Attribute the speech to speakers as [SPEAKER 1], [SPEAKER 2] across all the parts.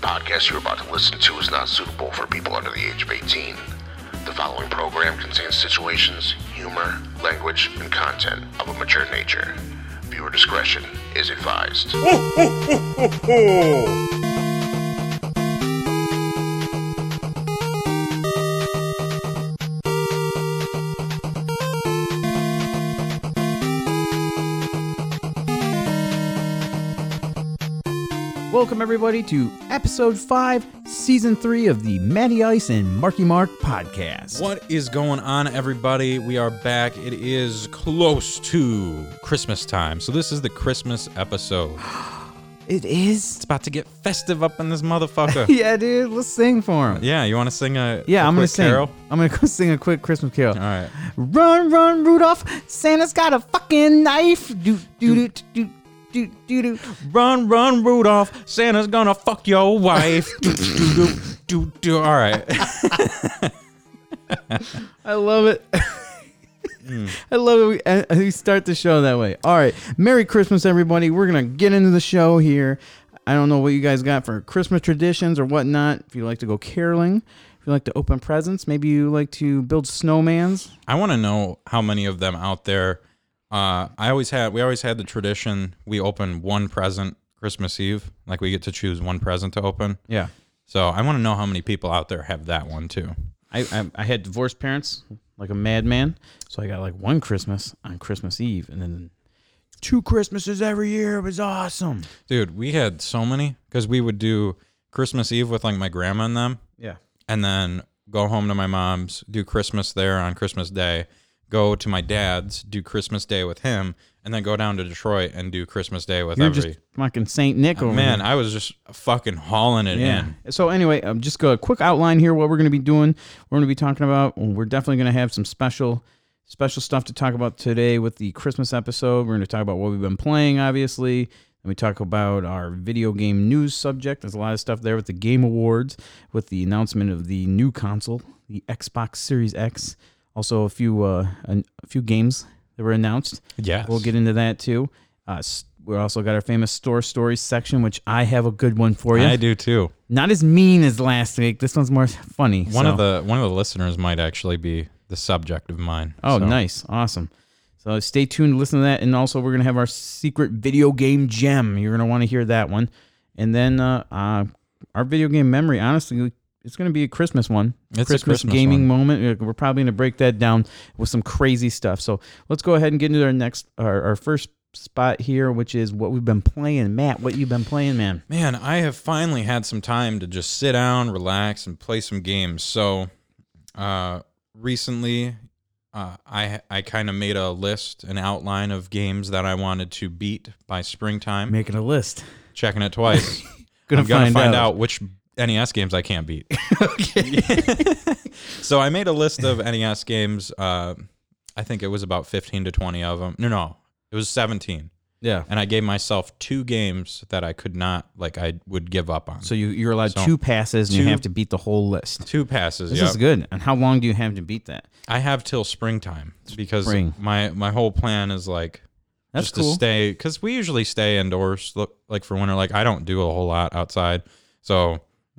[SPEAKER 1] podcast you're about to listen to is not suitable for people under the age of 18. The following program contains situations, humor, language, and content of a mature nature. Viewer discretion is advised.
[SPEAKER 2] Welcome, everybody, to episode 5, season 3 of the Matty Ice and Marky Mark podcast.
[SPEAKER 3] What is going on, everybody? We are back. It is close to Christmas time. So, this is the Christmas episode. It's
[SPEAKER 2] It is?
[SPEAKER 3] about to get festive up in this motherfucker.
[SPEAKER 2] Yeah, dude, let's sing for him.
[SPEAKER 3] yeah, you want to sing a
[SPEAKER 2] Yeah,
[SPEAKER 3] a
[SPEAKER 2] I'm going
[SPEAKER 3] quick
[SPEAKER 2] to sing.
[SPEAKER 3] Carol?
[SPEAKER 2] I'm going to go sing a quick Christmas carol.
[SPEAKER 3] All right.
[SPEAKER 2] Run, run, Rudolph. Santa's got a fucking knife. Do, do, do, do, do, do, do.
[SPEAKER 3] Run, run, Rudolph. Santa's gonna fuck your wife. do, do, do, do, do. All right.
[SPEAKER 2] I love it. I love it. We, and- and we start the show that way. All right. Merry Christmas, everybody. We're going to get into the show here. I don't know what you guys got for Christmas traditions or whatnot. If you like to go caroling, if you like to open presents, maybe you like to build snowmans.
[SPEAKER 3] I want to know how many of them out there. Uh, I always had. We always had the tradition. We open one present Christmas Eve. Like we get to choose one present to open.
[SPEAKER 2] Yeah.
[SPEAKER 3] So I want to know how many people out there have that one too.
[SPEAKER 2] I, I, I had divorced parents like a madman. So I got like one Christmas on Christmas Eve and then two Christmases every year. It was awesome.
[SPEAKER 3] Dude, we had so many because we would do Christmas Eve with like my grandma and them,
[SPEAKER 2] Yeah.
[SPEAKER 3] and then go home to my mom's, do Christmas there on Christmas Day, go to my dad's, do Christmas Day with him, and then go down to Detroit and do Christmas Day with
[SPEAKER 2] You're
[SPEAKER 3] every.
[SPEAKER 2] just Oh, fucking Saint Nick over here.
[SPEAKER 3] Man, I was just fucking hauling it
[SPEAKER 2] Yeah.
[SPEAKER 3] in.
[SPEAKER 2] So anyway, um, just go a quick outline here. What we're going to be doing, we're going to be talking about. We're definitely going to have some special, special stuff to talk about today with the Christmas episode. We're going to talk about what we've been playing, obviously. And we talk about our video game news subject. There's a lot of stuff there with the Game Awards, with the announcement of the new console, the Xbox Series X. Also, a few uh, an- a few games that were announced.
[SPEAKER 3] Yes.
[SPEAKER 2] We'll get into that too. Uh, s- we also got our famous store stories section, which I have a good one for you
[SPEAKER 3] I do too.
[SPEAKER 2] not as mean as last week. This one's more funny.
[SPEAKER 3] One
[SPEAKER 2] so-
[SPEAKER 3] of the one of the listeners might actually be the subject of mine.
[SPEAKER 2] oh,
[SPEAKER 3] so.
[SPEAKER 2] nice, awesome. So stay tuned, listen to that, and also we're gonna have our secret video game gem. You're gonna want to hear that one, and then uh, uh, our video game memory. Honestly, it's gonna be a Christmas one.
[SPEAKER 3] It's a Christmas
[SPEAKER 2] gaming moment. We're probably gonna break that down with some crazy stuff. So let's go ahead and get into our next, our, our first spot here, which is what we've been playing. Matt, what you've been playing, man?
[SPEAKER 3] Man, I have finally had some time to just sit down, relax, and play some games. So, uh, recently, uh, I I kind of made a list, an outline of games that I wanted to beat by springtime.
[SPEAKER 2] Making a list.
[SPEAKER 3] Checking it twice,
[SPEAKER 2] Gonna,
[SPEAKER 3] I'm gonna find, out. which NES games I can't beat. so I made a list of NES games. Uh, I think it was about 15 to 20 of them. No, no, it was 17.
[SPEAKER 2] Yeah.
[SPEAKER 3] And I gave myself two games that I could not like. I would give up on.
[SPEAKER 2] So you, you're allowed
[SPEAKER 3] So,
[SPEAKER 2] two passes and you
[SPEAKER 3] two-
[SPEAKER 2] have to beat the whole list.
[SPEAKER 3] Two passes.
[SPEAKER 2] This
[SPEAKER 3] yeah,
[SPEAKER 2] is good. And how long do you have to beat that?
[SPEAKER 3] I have till springtime because
[SPEAKER 2] Spring.
[SPEAKER 3] my my whole plan is like
[SPEAKER 2] That's
[SPEAKER 3] just
[SPEAKER 2] cool.
[SPEAKER 3] to stay because we usually stay indoors look, like for winter. Like I don't do a whole lot outside, so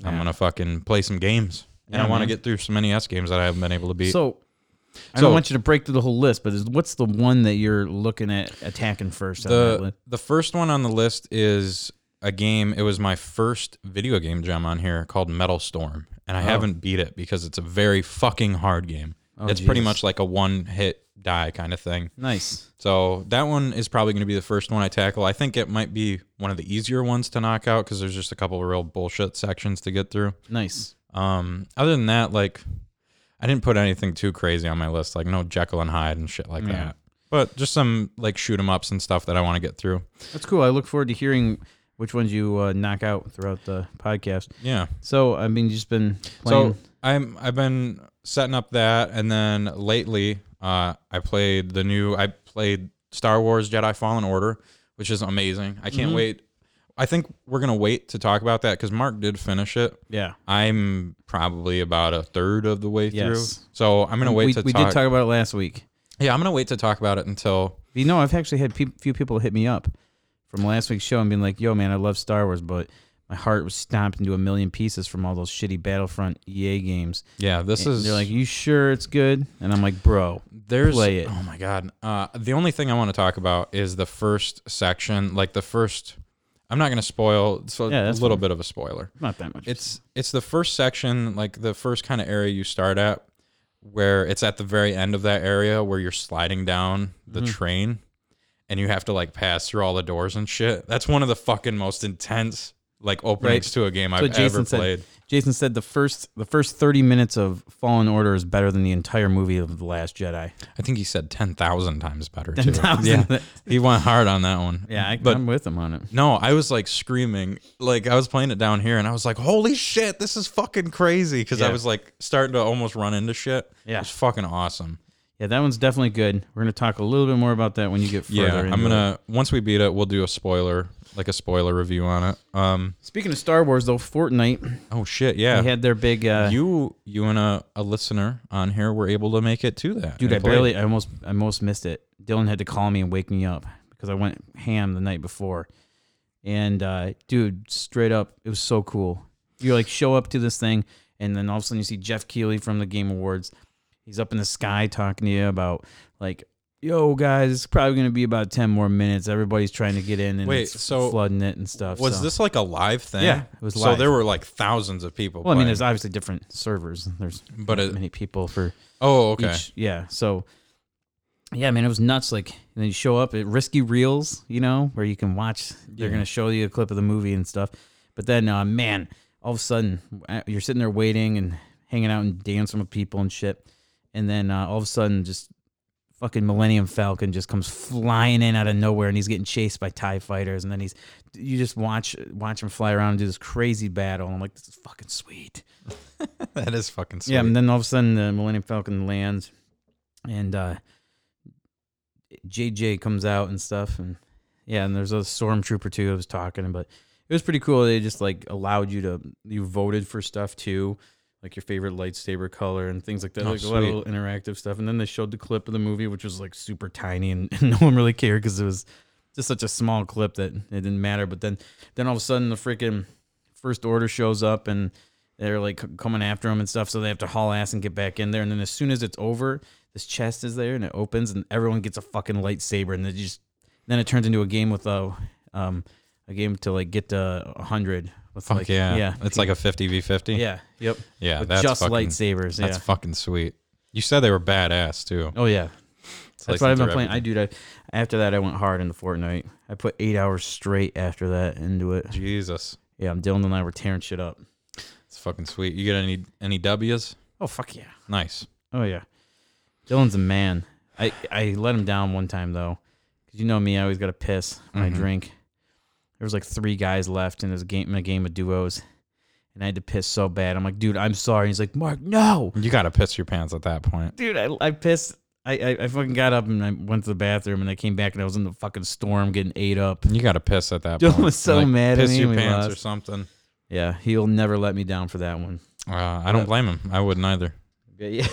[SPEAKER 3] I'm gonna fucking play some games and
[SPEAKER 2] Yeah,
[SPEAKER 3] I want to
[SPEAKER 2] man.
[SPEAKER 3] get through some NES games that I haven't been able to beat.
[SPEAKER 2] So I
[SPEAKER 3] So-
[SPEAKER 2] don't want you to break through the whole list, but is, what's the one that you're looking at attacking first? on that
[SPEAKER 3] the
[SPEAKER 2] list?
[SPEAKER 3] the first one on the list is a game. It was my first video game gem on here called Metal Storm, and I
[SPEAKER 2] Oh.
[SPEAKER 3] haven't beat it because it's a very fucking hard game.
[SPEAKER 2] Oh,
[SPEAKER 3] it's pretty
[SPEAKER 2] Jesus.
[SPEAKER 3] much like a one hit die kind of thing.
[SPEAKER 2] nice.
[SPEAKER 3] So that one is probably going to be the first one I tackle. I think it might be one of the easier ones to knock out because there's just a couple of real bullshit sections to get through.
[SPEAKER 2] Nice.
[SPEAKER 3] Um, other than that, like I didn't put anything too crazy on my list, like no Jekyll and Hyde and shit like that. But just some like shoot 'em ups and stuff that I want to get through.
[SPEAKER 2] That's cool. I look forward to hearing which ones you uh, knock out throughout the podcast.
[SPEAKER 3] Yeah.
[SPEAKER 2] So, I mean, you've just been playing.
[SPEAKER 3] So I'm I've been setting up that, and then lately, uh, I played the new I played Star Wars Jedi Fallen Order, which is amazing. I
[SPEAKER 2] Mm-hmm.
[SPEAKER 3] can't wait. I think we're gonna wait to talk about that because Mark did finish it.
[SPEAKER 2] yeah.
[SPEAKER 3] I'm probably about a third of the way through,
[SPEAKER 2] Yes.
[SPEAKER 3] so I'm gonna wait
[SPEAKER 2] we
[SPEAKER 3] to
[SPEAKER 2] we
[SPEAKER 3] talk.
[SPEAKER 2] did talk about it last week.
[SPEAKER 3] Yeah, I'm gonna wait to talk about it until
[SPEAKER 2] You know, I've actually had peop few people hit me up from last week's show and been like, "Yo, man, I love Star Wars, but my heart was stomped into a million pieces from all those shitty Battlefront EA games.
[SPEAKER 3] Yeah, this
[SPEAKER 2] And
[SPEAKER 3] is
[SPEAKER 2] they're like, "You sure it's good?" And I'm like, "Bro,
[SPEAKER 3] there's
[SPEAKER 2] play it."
[SPEAKER 3] oh my god. Uh, the only thing I want to talk about is the first section, like the first. I'm not gonna spoil. So
[SPEAKER 2] Yeah,
[SPEAKER 3] a
[SPEAKER 2] that's
[SPEAKER 3] little
[SPEAKER 2] fine.
[SPEAKER 3] bit of a spoiler.
[SPEAKER 2] Not that much.
[SPEAKER 3] It's it's the first section, like the first kind of area you start at, where it's at the very end of that area where you're sliding down the
[SPEAKER 2] Mm-hmm.
[SPEAKER 3] train, and you have to like pass through all the doors and shit. That's one of the fucking most intense like openings to a game
[SPEAKER 2] That's
[SPEAKER 3] I've
[SPEAKER 2] what Jason
[SPEAKER 3] ever
[SPEAKER 2] said.
[SPEAKER 3] played.
[SPEAKER 2] Jason said the first the first 30 minutes of Fallen Order is better than the entire movie of The Last Jedi.
[SPEAKER 3] I think he said ten thousand times better. too.
[SPEAKER 2] 10,000.
[SPEAKER 3] Yeah, he went hard on that one.
[SPEAKER 2] Yeah, I,
[SPEAKER 3] but
[SPEAKER 2] I'm with him on it.
[SPEAKER 3] No, I was like screaming. Like I was playing it down here and I was like, holy shit, this is fucking crazy. Cause I
[SPEAKER 2] Yeah.
[SPEAKER 3] was like starting to almost run into shit.
[SPEAKER 2] Yeah.
[SPEAKER 3] It was fucking awesome.
[SPEAKER 2] Yeah, that one's definitely good. We're going to talk a little bit more about that when you get further.
[SPEAKER 3] Yeah. I'm
[SPEAKER 2] into it.
[SPEAKER 3] gonna once we beat it, we'll do a spoiler, like a spoiler review on it. Um
[SPEAKER 2] Speaking of Star Wars, though, Fortnite,
[SPEAKER 3] oh shit, yeah.
[SPEAKER 2] they had their big. Uh,
[SPEAKER 3] you you and a, a listener on here were able to make it to that.
[SPEAKER 2] dude,
[SPEAKER 3] and
[SPEAKER 2] I
[SPEAKER 3] play.
[SPEAKER 2] barely, I almost, I almost missed it. Dylan had to call me and wake me up because I went ham the night before. And uh, dude, straight up, it was so cool. You like show up to this thing, and then all of a sudden you see Jeff Keighley from the Game Awards. He's up in the sky talking to you about like, yo guys, it's probably gonna be about ten more minutes. Everybody's trying to get in and
[SPEAKER 3] Wait,
[SPEAKER 2] it's
[SPEAKER 3] so
[SPEAKER 2] flooding it and stuff.
[SPEAKER 3] was
[SPEAKER 2] so-
[SPEAKER 3] this like a live thing?
[SPEAKER 2] Yeah, it was
[SPEAKER 3] So
[SPEAKER 2] live.
[SPEAKER 3] there were like thousands of people.
[SPEAKER 2] Well, I mean,
[SPEAKER 3] playing.
[SPEAKER 2] there's obviously different servers. There's
[SPEAKER 3] but it,
[SPEAKER 2] many people for
[SPEAKER 3] oh okay.
[SPEAKER 2] each yeah so yeah man it was nuts like and then you show up at risky reels you know where you can watch they're
[SPEAKER 3] Yeah.
[SPEAKER 2] gonna show you a clip of the movie and stuff but then uh, man all of a sudden uh, you're sitting there waiting and hanging out and dancing with people and shit and then uh, all of a sudden just fucking millennium falcon just comes flying in out of nowhere and he's getting chased by tie fighters and then he's you just watch watch him fly around and do this crazy battle and i'm like this is fucking sweet
[SPEAKER 3] that is fucking sweet.
[SPEAKER 2] yeah, and then all of a sudden the Millennium Falcon lands, and uh, JJ comes out and stuff, and yeah, and there's a stormtrooper too. I was talking, but it was pretty cool. They just like allowed you to you voted for stuff too, like your favorite lightsaber color and things like that,
[SPEAKER 3] Oh,
[SPEAKER 2] like a lot of
[SPEAKER 3] sweet.
[SPEAKER 2] little interactive stuff. And then they showed the clip of the movie, which was like super tiny, and, and no one really cared because it was just such a small clip that it didn't matter. But then then all of a sudden the freaking first order shows up and they're like c- coming after him and stuff so they have to haul ass and get back in there and then as soon as it's over this chest is there and it opens and everyone gets a fucking lightsaber and then just then it turns into a game with a um a game to like get to 100 with
[SPEAKER 3] Fuck
[SPEAKER 2] like
[SPEAKER 3] yeah.
[SPEAKER 2] yeah
[SPEAKER 3] It's like a 50 v 50.
[SPEAKER 2] yeah yep
[SPEAKER 3] Yeah.
[SPEAKER 2] with
[SPEAKER 3] that's
[SPEAKER 2] just
[SPEAKER 3] fucking,
[SPEAKER 2] lightsabers yeah
[SPEAKER 3] That's fucking sweet. You said they were badass too.
[SPEAKER 2] oh yeah
[SPEAKER 3] It's
[SPEAKER 2] that's
[SPEAKER 3] like
[SPEAKER 2] what I've
[SPEAKER 3] they're
[SPEAKER 2] been playing. I
[SPEAKER 3] everything.
[SPEAKER 2] dude, I, after that I went hard into Fortnite. I put eight hours straight after that into it.
[SPEAKER 3] Jesus.
[SPEAKER 2] Yeah, I'm Dylan and I were tearing shit up.
[SPEAKER 3] It's fucking sweet. You get any any W's?
[SPEAKER 2] Oh fuck yeah.
[SPEAKER 3] Nice.
[SPEAKER 2] Oh yeah, Dylan's a man. I I let him down one time though, because you know me, I always got to piss when I drink. There was like three guys left in this game, in a game of duos, and I had to piss so bad. I'm like, dude, I'm sorry. He's like, Mark, no,
[SPEAKER 3] You gotta piss your pants at that point.
[SPEAKER 2] dude, I I pissed. I, I, I fucking got up and I went to the bathroom and I came back and I was in the fucking storm getting ate up.
[SPEAKER 3] You gotta piss at that
[SPEAKER 2] Dylan
[SPEAKER 3] point.
[SPEAKER 2] was so mad at
[SPEAKER 3] piss
[SPEAKER 2] me
[SPEAKER 3] your
[SPEAKER 2] when we
[SPEAKER 3] pants or
[SPEAKER 2] lost.
[SPEAKER 3] something.
[SPEAKER 2] Yeah, he'll never let me down for that one.
[SPEAKER 3] Uh, I don't blame him. I wouldn't either.
[SPEAKER 2] Yeah, yeah.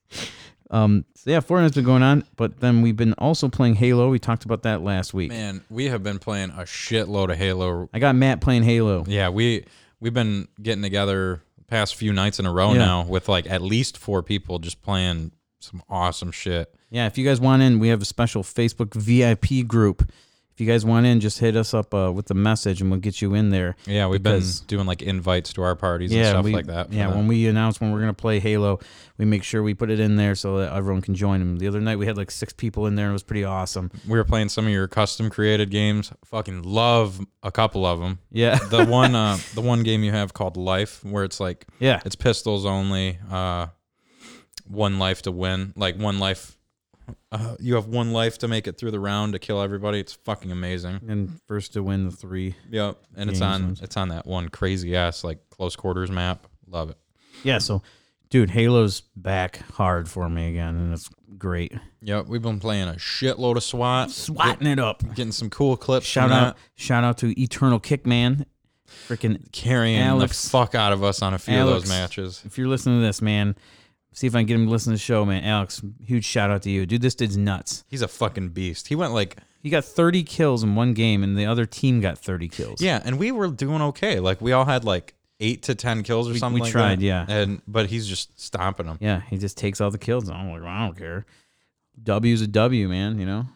[SPEAKER 2] um. So yeah, Fortnite's been going on, but then we've been also playing Halo. We talked about that last week.
[SPEAKER 3] Man, we have been playing a shitload of Halo.
[SPEAKER 2] I got Matt playing Halo.
[SPEAKER 3] Yeah, we we've been getting together past few nights in a row
[SPEAKER 2] Yeah.
[SPEAKER 3] now with like at least four people just playing some awesome shit.
[SPEAKER 2] Yeah, if you guys want in, we have a special Facebook VIP group. If you guys want in, just hit us up uh, with the message and we'll get you in there.
[SPEAKER 3] Yeah, we've
[SPEAKER 2] Because-
[SPEAKER 3] been doing like invites to our parties and stuff
[SPEAKER 2] we-
[SPEAKER 3] like that. for
[SPEAKER 2] Yeah,
[SPEAKER 3] that.
[SPEAKER 2] when we announce when we're gonna play Halo, we make sure we put it in there so that everyone can join them. The other night we had like six people in there and it was pretty awesome.
[SPEAKER 3] we were playing some of your custom created games. Fucking love a couple of them.
[SPEAKER 2] Yeah,
[SPEAKER 3] The one, uh, the one game you have called Life, where it's like
[SPEAKER 2] yeah,
[SPEAKER 3] it's pistols only, uh, one life to win, like one life. Uh, you have one life to make it through the round to kill everybody. It's fucking amazing.
[SPEAKER 2] and first to win the three.
[SPEAKER 3] Yep, and it's
[SPEAKER 2] Games
[SPEAKER 3] on
[SPEAKER 2] ones.
[SPEAKER 3] it's on that one crazy ass like close quarters map. Love it.
[SPEAKER 2] Yeah, so dude, Halo's back hard for me again, and it's great.
[SPEAKER 3] Yep, we've been playing a shitload of SWAT,
[SPEAKER 2] Swatting it up.
[SPEAKER 3] getting some cool clips.
[SPEAKER 2] Shout
[SPEAKER 3] from
[SPEAKER 2] out,
[SPEAKER 3] that,
[SPEAKER 2] shout out to Eternal Kickman, freaking
[SPEAKER 3] carrying
[SPEAKER 2] Alex.
[SPEAKER 3] the fuck out of us on a few of
[SPEAKER 2] Alex.
[SPEAKER 3] those matches.
[SPEAKER 2] if you're listening to this, man, see if I can get him to listen to the show, man. Alex, huge shout out to you, dude. This dude's nuts.
[SPEAKER 3] He's a fucking beast. He went like
[SPEAKER 2] He got 30 kills in one game, and the other team got 30 kills.
[SPEAKER 3] Yeah, and we were doing okay. Like we all had like eight to ten kills or
[SPEAKER 2] We-
[SPEAKER 3] something.
[SPEAKER 2] we
[SPEAKER 3] like
[SPEAKER 2] tried,
[SPEAKER 3] that.
[SPEAKER 2] yeah.
[SPEAKER 3] And but he's just stomping them.
[SPEAKER 2] Yeah, he just takes all the kills. I'm like, well, I don't care. W's a W, man. You know.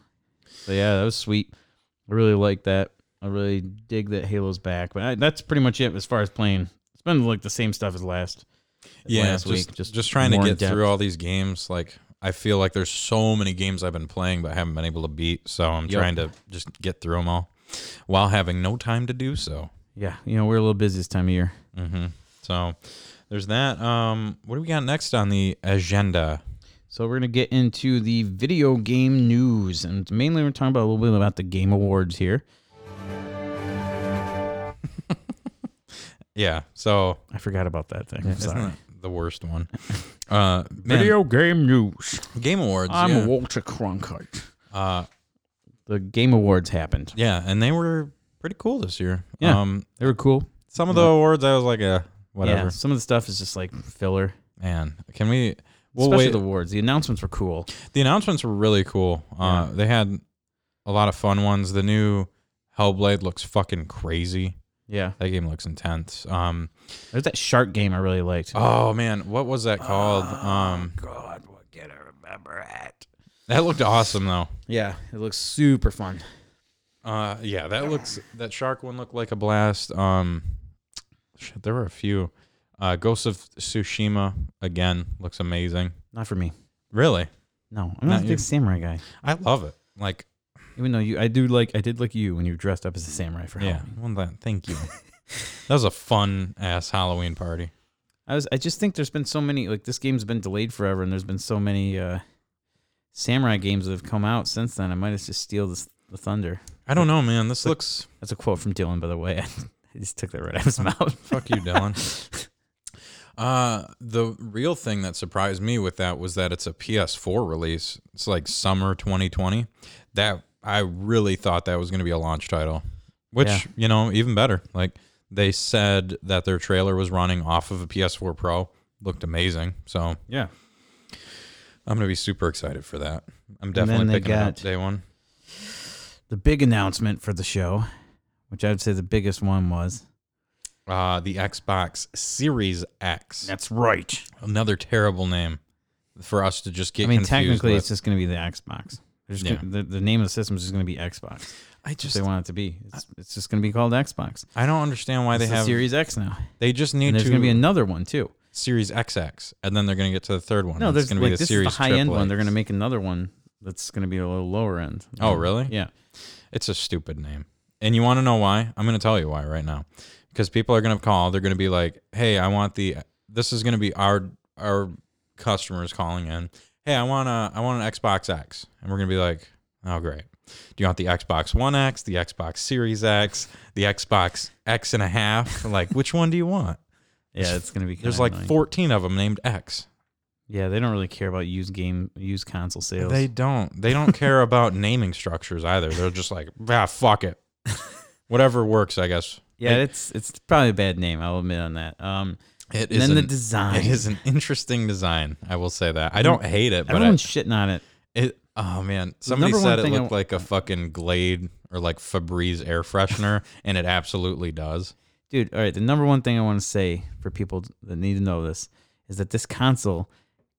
[SPEAKER 2] So yeah, that was sweet. I really like that. I really dig that Halo's back. But I, that's pretty much it as far as playing. It's been like the same stuff as last. as
[SPEAKER 3] yeah,
[SPEAKER 2] last
[SPEAKER 3] just,
[SPEAKER 2] week.
[SPEAKER 3] Just just trying to
[SPEAKER 2] more
[SPEAKER 3] get
[SPEAKER 2] in-depth.
[SPEAKER 3] through all these games. Like I feel like there's so many games I've been playing but haven't been able to beat. So I'm
[SPEAKER 2] Yep.
[SPEAKER 3] trying to just get through them all while having no time to do so.
[SPEAKER 2] Yeah, you know we're a little busy this time of year.
[SPEAKER 3] hmm So there's that. Um, what do we got next on the agenda?
[SPEAKER 2] So we're gonna get into the video game news, and mainly we're talking about a little bit about the Game Awards here.
[SPEAKER 3] Yeah. So
[SPEAKER 2] I forgot about that thing. I'm
[SPEAKER 3] isn't
[SPEAKER 2] sorry.
[SPEAKER 3] that the worst one? Uh, man,
[SPEAKER 2] Video game news.
[SPEAKER 3] game awards.
[SPEAKER 2] I'm
[SPEAKER 3] yeah.
[SPEAKER 2] Walter Cronkite.
[SPEAKER 3] uh,
[SPEAKER 2] The Game Awards happened.
[SPEAKER 3] yeah, and they were pretty cool this year.
[SPEAKER 2] Yeah.
[SPEAKER 3] Um,
[SPEAKER 2] They were cool.
[SPEAKER 3] some of the awards I was like, uh, whatever.
[SPEAKER 2] Yeah, some of the stuff is just like filler.
[SPEAKER 3] Man, can we? Well,
[SPEAKER 2] Especially
[SPEAKER 3] wait.
[SPEAKER 2] the
[SPEAKER 3] The,
[SPEAKER 2] awards. The announcements were cool.
[SPEAKER 3] announcements were really cool. Uh, They had a lot of fun ones. The new Hellblade looks fucking crazy.
[SPEAKER 2] Yeah.
[SPEAKER 3] That game looks intense. Um,
[SPEAKER 2] There's that shark game I really liked.
[SPEAKER 3] oh man, what was that called?
[SPEAKER 2] Ah.
[SPEAKER 3] Um,
[SPEAKER 2] God, what can I remember it?
[SPEAKER 3] that looked awesome though.
[SPEAKER 2] Yeah, it looks super fun.
[SPEAKER 3] Uh, yeah, that looks that shark one looked like a blast. Um, shit, there were a few. Uh, Ghost of Tsushima again looks amazing.
[SPEAKER 2] Not for me.
[SPEAKER 3] Really,
[SPEAKER 2] No, I'm not,
[SPEAKER 3] Not
[SPEAKER 2] a
[SPEAKER 3] you.
[SPEAKER 2] big samurai guy.
[SPEAKER 3] I love it. Like,
[SPEAKER 2] Even though you, I do like, I did like you when you were dressed up as a samurai for
[SPEAKER 3] yeah,
[SPEAKER 2] Halloween.
[SPEAKER 3] well, that, thank you. that was a fun ass Halloween party.
[SPEAKER 2] I was, I just think there's been so many. Like this game's been delayed forever, and there's been so many uh, samurai games that have come out since then. I might as just steal this the thunder.
[SPEAKER 3] I don't know, man. This looks
[SPEAKER 2] That's a quote from Dylan, by the way. I just took that right out of his mouth.
[SPEAKER 3] fuck you, Dylan. Uh, the real thing that surprised me with that was that it's a PS4 release. It's like summer 2020. That I really thought that was going to be a launch title, which
[SPEAKER 2] Yeah.
[SPEAKER 3] you know even better. Like they said that their trailer was running off of a PS4 Pro, looked amazing. So
[SPEAKER 2] Yeah.
[SPEAKER 3] I'm gonna be super excited for that. I'm
[SPEAKER 2] then
[SPEAKER 3] definitely
[SPEAKER 2] they
[SPEAKER 3] picking it up
[SPEAKER 2] got-
[SPEAKER 3] day one.
[SPEAKER 2] the big announcement for the show, which I'd say the biggest one was.
[SPEAKER 3] Uh, the Xbox Series X.
[SPEAKER 2] That's right.
[SPEAKER 3] Another terrible name for us to just get.
[SPEAKER 2] I mean,
[SPEAKER 3] confused
[SPEAKER 2] technically,
[SPEAKER 3] with.
[SPEAKER 2] it's just going to be the Xbox. They're just
[SPEAKER 3] Yeah.
[SPEAKER 2] gonna- the, the name of the system is just going to be Xbox.
[SPEAKER 3] I
[SPEAKER 2] If
[SPEAKER 3] just
[SPEAKER 2] they want it to be. It's, it's just going to be called Xbox.
[SPEAKER 3] I don't understand why
[SPEAKER 2] They
[SPEAKER 3] they have.
[SPEAKER 2] Series X now.
[SPEAKER 3] They just need
[SPEAKER 2] And
[SPEAKER 3] to
[SPEAKER 2] there's going to be another one too.
[SPEAKER 3] Series XX, and then they're going to get to the third one.
[SPEAKER 2] No,
[SPEAKER 3] It's
[SPEAKER 2] there's
[SPEAKER 3] gonna
[SPEAKER 2] like this is the high end one.
[SPEAKER 3] XXX.
[SPEAKER 2] They're going to make another one that's going to be a little lower end.
[SPEAKER 3] Oh, really?
[SPEAKER 2] Yeah.
[SPEAKER 3] It's a stupid name, and you want to know why? I'm going to tell you why right now, because people are going to call. They're going to be like, "Hey, I want the." This is going to be our our customers calling in. Hey, I want a I want an Xbox X, and we're going to be like, "Oh, great." Do you want the Xbox One X, the Xbox Series X, the Xbox X and a half? Like, which one do you want?
[SPEAKER 2] Yeah, it's going to be.
[SPEAKER 3] There's
[SPEAKER 2] kinda
[SPEAKER 3] like
[SPEAKER 2] annoying.
[SPEAKER 3] 14 of them named X.
[SPEAKER 2] Yeah, they don't really care about used game, used console sales.
[SPEAKER 3] They don't. They don't care about naming structures either. They're just like, ah, fuck it. Whatever works, I guess.
[SPEAKER 2] yeah, it's it's probably a bad name. I'll admit on that. Um, and
[SPEAKER 3] It is.
[SPEAKER 2] then the
[SPEAKER 3] an-
[SPEAKER 2] design.
[SPEAKER 3] it is an interesting design. I will say that. I don't hate it, but I,
[SPEAKER 2] Everyone's shitting on it.
[SPEAKER 3] it. Oh man, somebody
[SPEAKER 2] number one
[SPEAKER 3] said it
[SPEAKER 2] thing I
[SPEAKER 3] looked
[SPEAKER 2] wa-
[SPEAKER 3] like a fucking Glade or like Febreze air freshener, and it absolutely does.
[SPEAKER 2] dude all right the number one thing i want to say for people that need to know this is that this console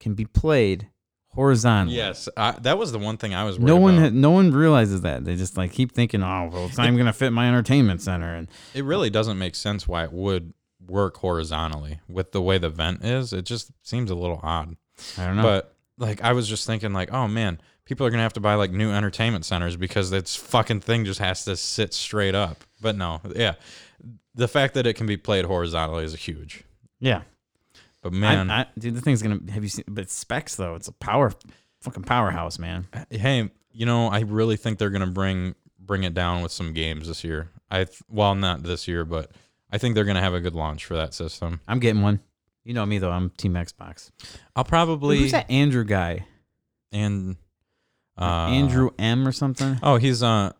[SPEAKER 2] can be played horizontally
[SPEAKER 3] Yes, I, that was the one thing I was. Worried
[SPEAKER 2] no one
[SPEAKER 3] about.
[SPEAKER 2] ha- no one realizes that they just like keep thinking oh well it's not even gonna fit my entertainment center and
[SPEAKER 3] It really doesn't make sense why it would work horizontally with the way the vent is. It just seems a little odd.
[SPEAKER 2] i don't know
[SPEAKER 3] But like I was just thinking like, oh man, people are gonna have to buy like new entertainment centers because this fucking thing just has to sit straight up. But no, yeah. The fact that it can be played horizontally is huge.
[SPEAKER 2] yeah
[SPEAKER 3] But
[SPEAKER 2] I-
[SPEAKER 3] man,
[SPEAKER 2] I- dude the thing's gonna have you seen but specs though it's a power fucking powerhouse man
[SPEAKER 3] hey, you know, I really think they're gonna bring bring it down with some games this year. I th- well, not this year, but I think they're gonna have a good launch for that system.
[SPEAKER 2] i'm getting one you know me though i'm team xbox
[SPEAKER 3] I'll
[SPEAKER 2] Dude,
[SPEAKER 3] probably
[SPEAKER 2] who's that andrew guy
[SPEAKER 3] and uh,
[SPEAKER 2] andrew m or something
[SPEAKER 3] Oh, he's uh,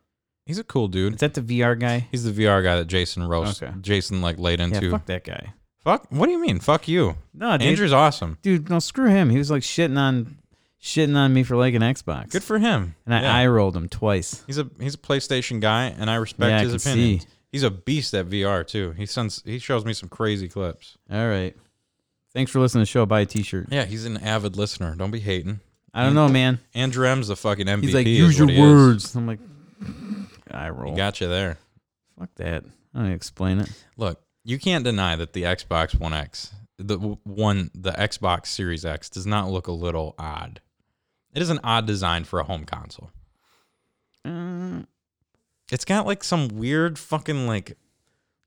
[SPEAKER 3] he's a cool dude.
[SPEAKER 2] is that the vr guy
[SPEAKER 3] He's the VR guy that Jason roast.
[SPEAKER 2] Okay.
[SPEAKER 3] Jason like laid
[SPEAKER 2] yeah
[SPEAKER 3] into.
[SPEAKER 2] fuck that guy
[SPEAKER 3] Fuck. What do you mean? Fuck you.
[SPEAKER 2] no dude,
[SPEAKER 3] Andrew's awesome.
[SPEAKER 2] dude, no, screw him. He was like shitting on shitting on me for liking Xbox.
[SPEAKER 3] Good for him.
[SPEAKER 2] and I
[SPEAKER 3] Yeah.
[SPEAKER 2] eye rolled him twice.
[SPEAKER 3] He's a he's a PlayStation guy, and I respect
[SPEAKER 2] Yeah, I
[SPEAKER 3] his
[SPEAKER 2] can
[SPEAKER 3] opinion.
[SPEAKER 2] see.
[SPEAKER 3] He's a beast at VR too. He sends he shows me some crazy clips.
[SPEAKER 2] All right. Thanks for listening to the show. Buy a t shirt.
[SPEAKER 3] Yeah, he's an avid listener. Don't be hating.
[SPEAKER 2] I don't know, man.
[SPEAKER 3] Andrew M's the fucking MVP.
[SPEAKER 2] He's like,
[SPEAKER 3] is
[SPEAKER 2] use your
[SPEAKER 3] what he is.
[SPEAKER 2] words. I'm like, I roll.
[SPEAKER 3] He got you there.
[SPEAKER 2] Fuck that. I don't even explain it.
[SPEAKER 3] Look, you can't deny that the Xbox One X, the w- one, the Xbox Series X, does not look a little odd. It is an odd design for a home console.
[SPEAKER 2] Uh,
[SPEAKER 3] It's got like some weird fucking like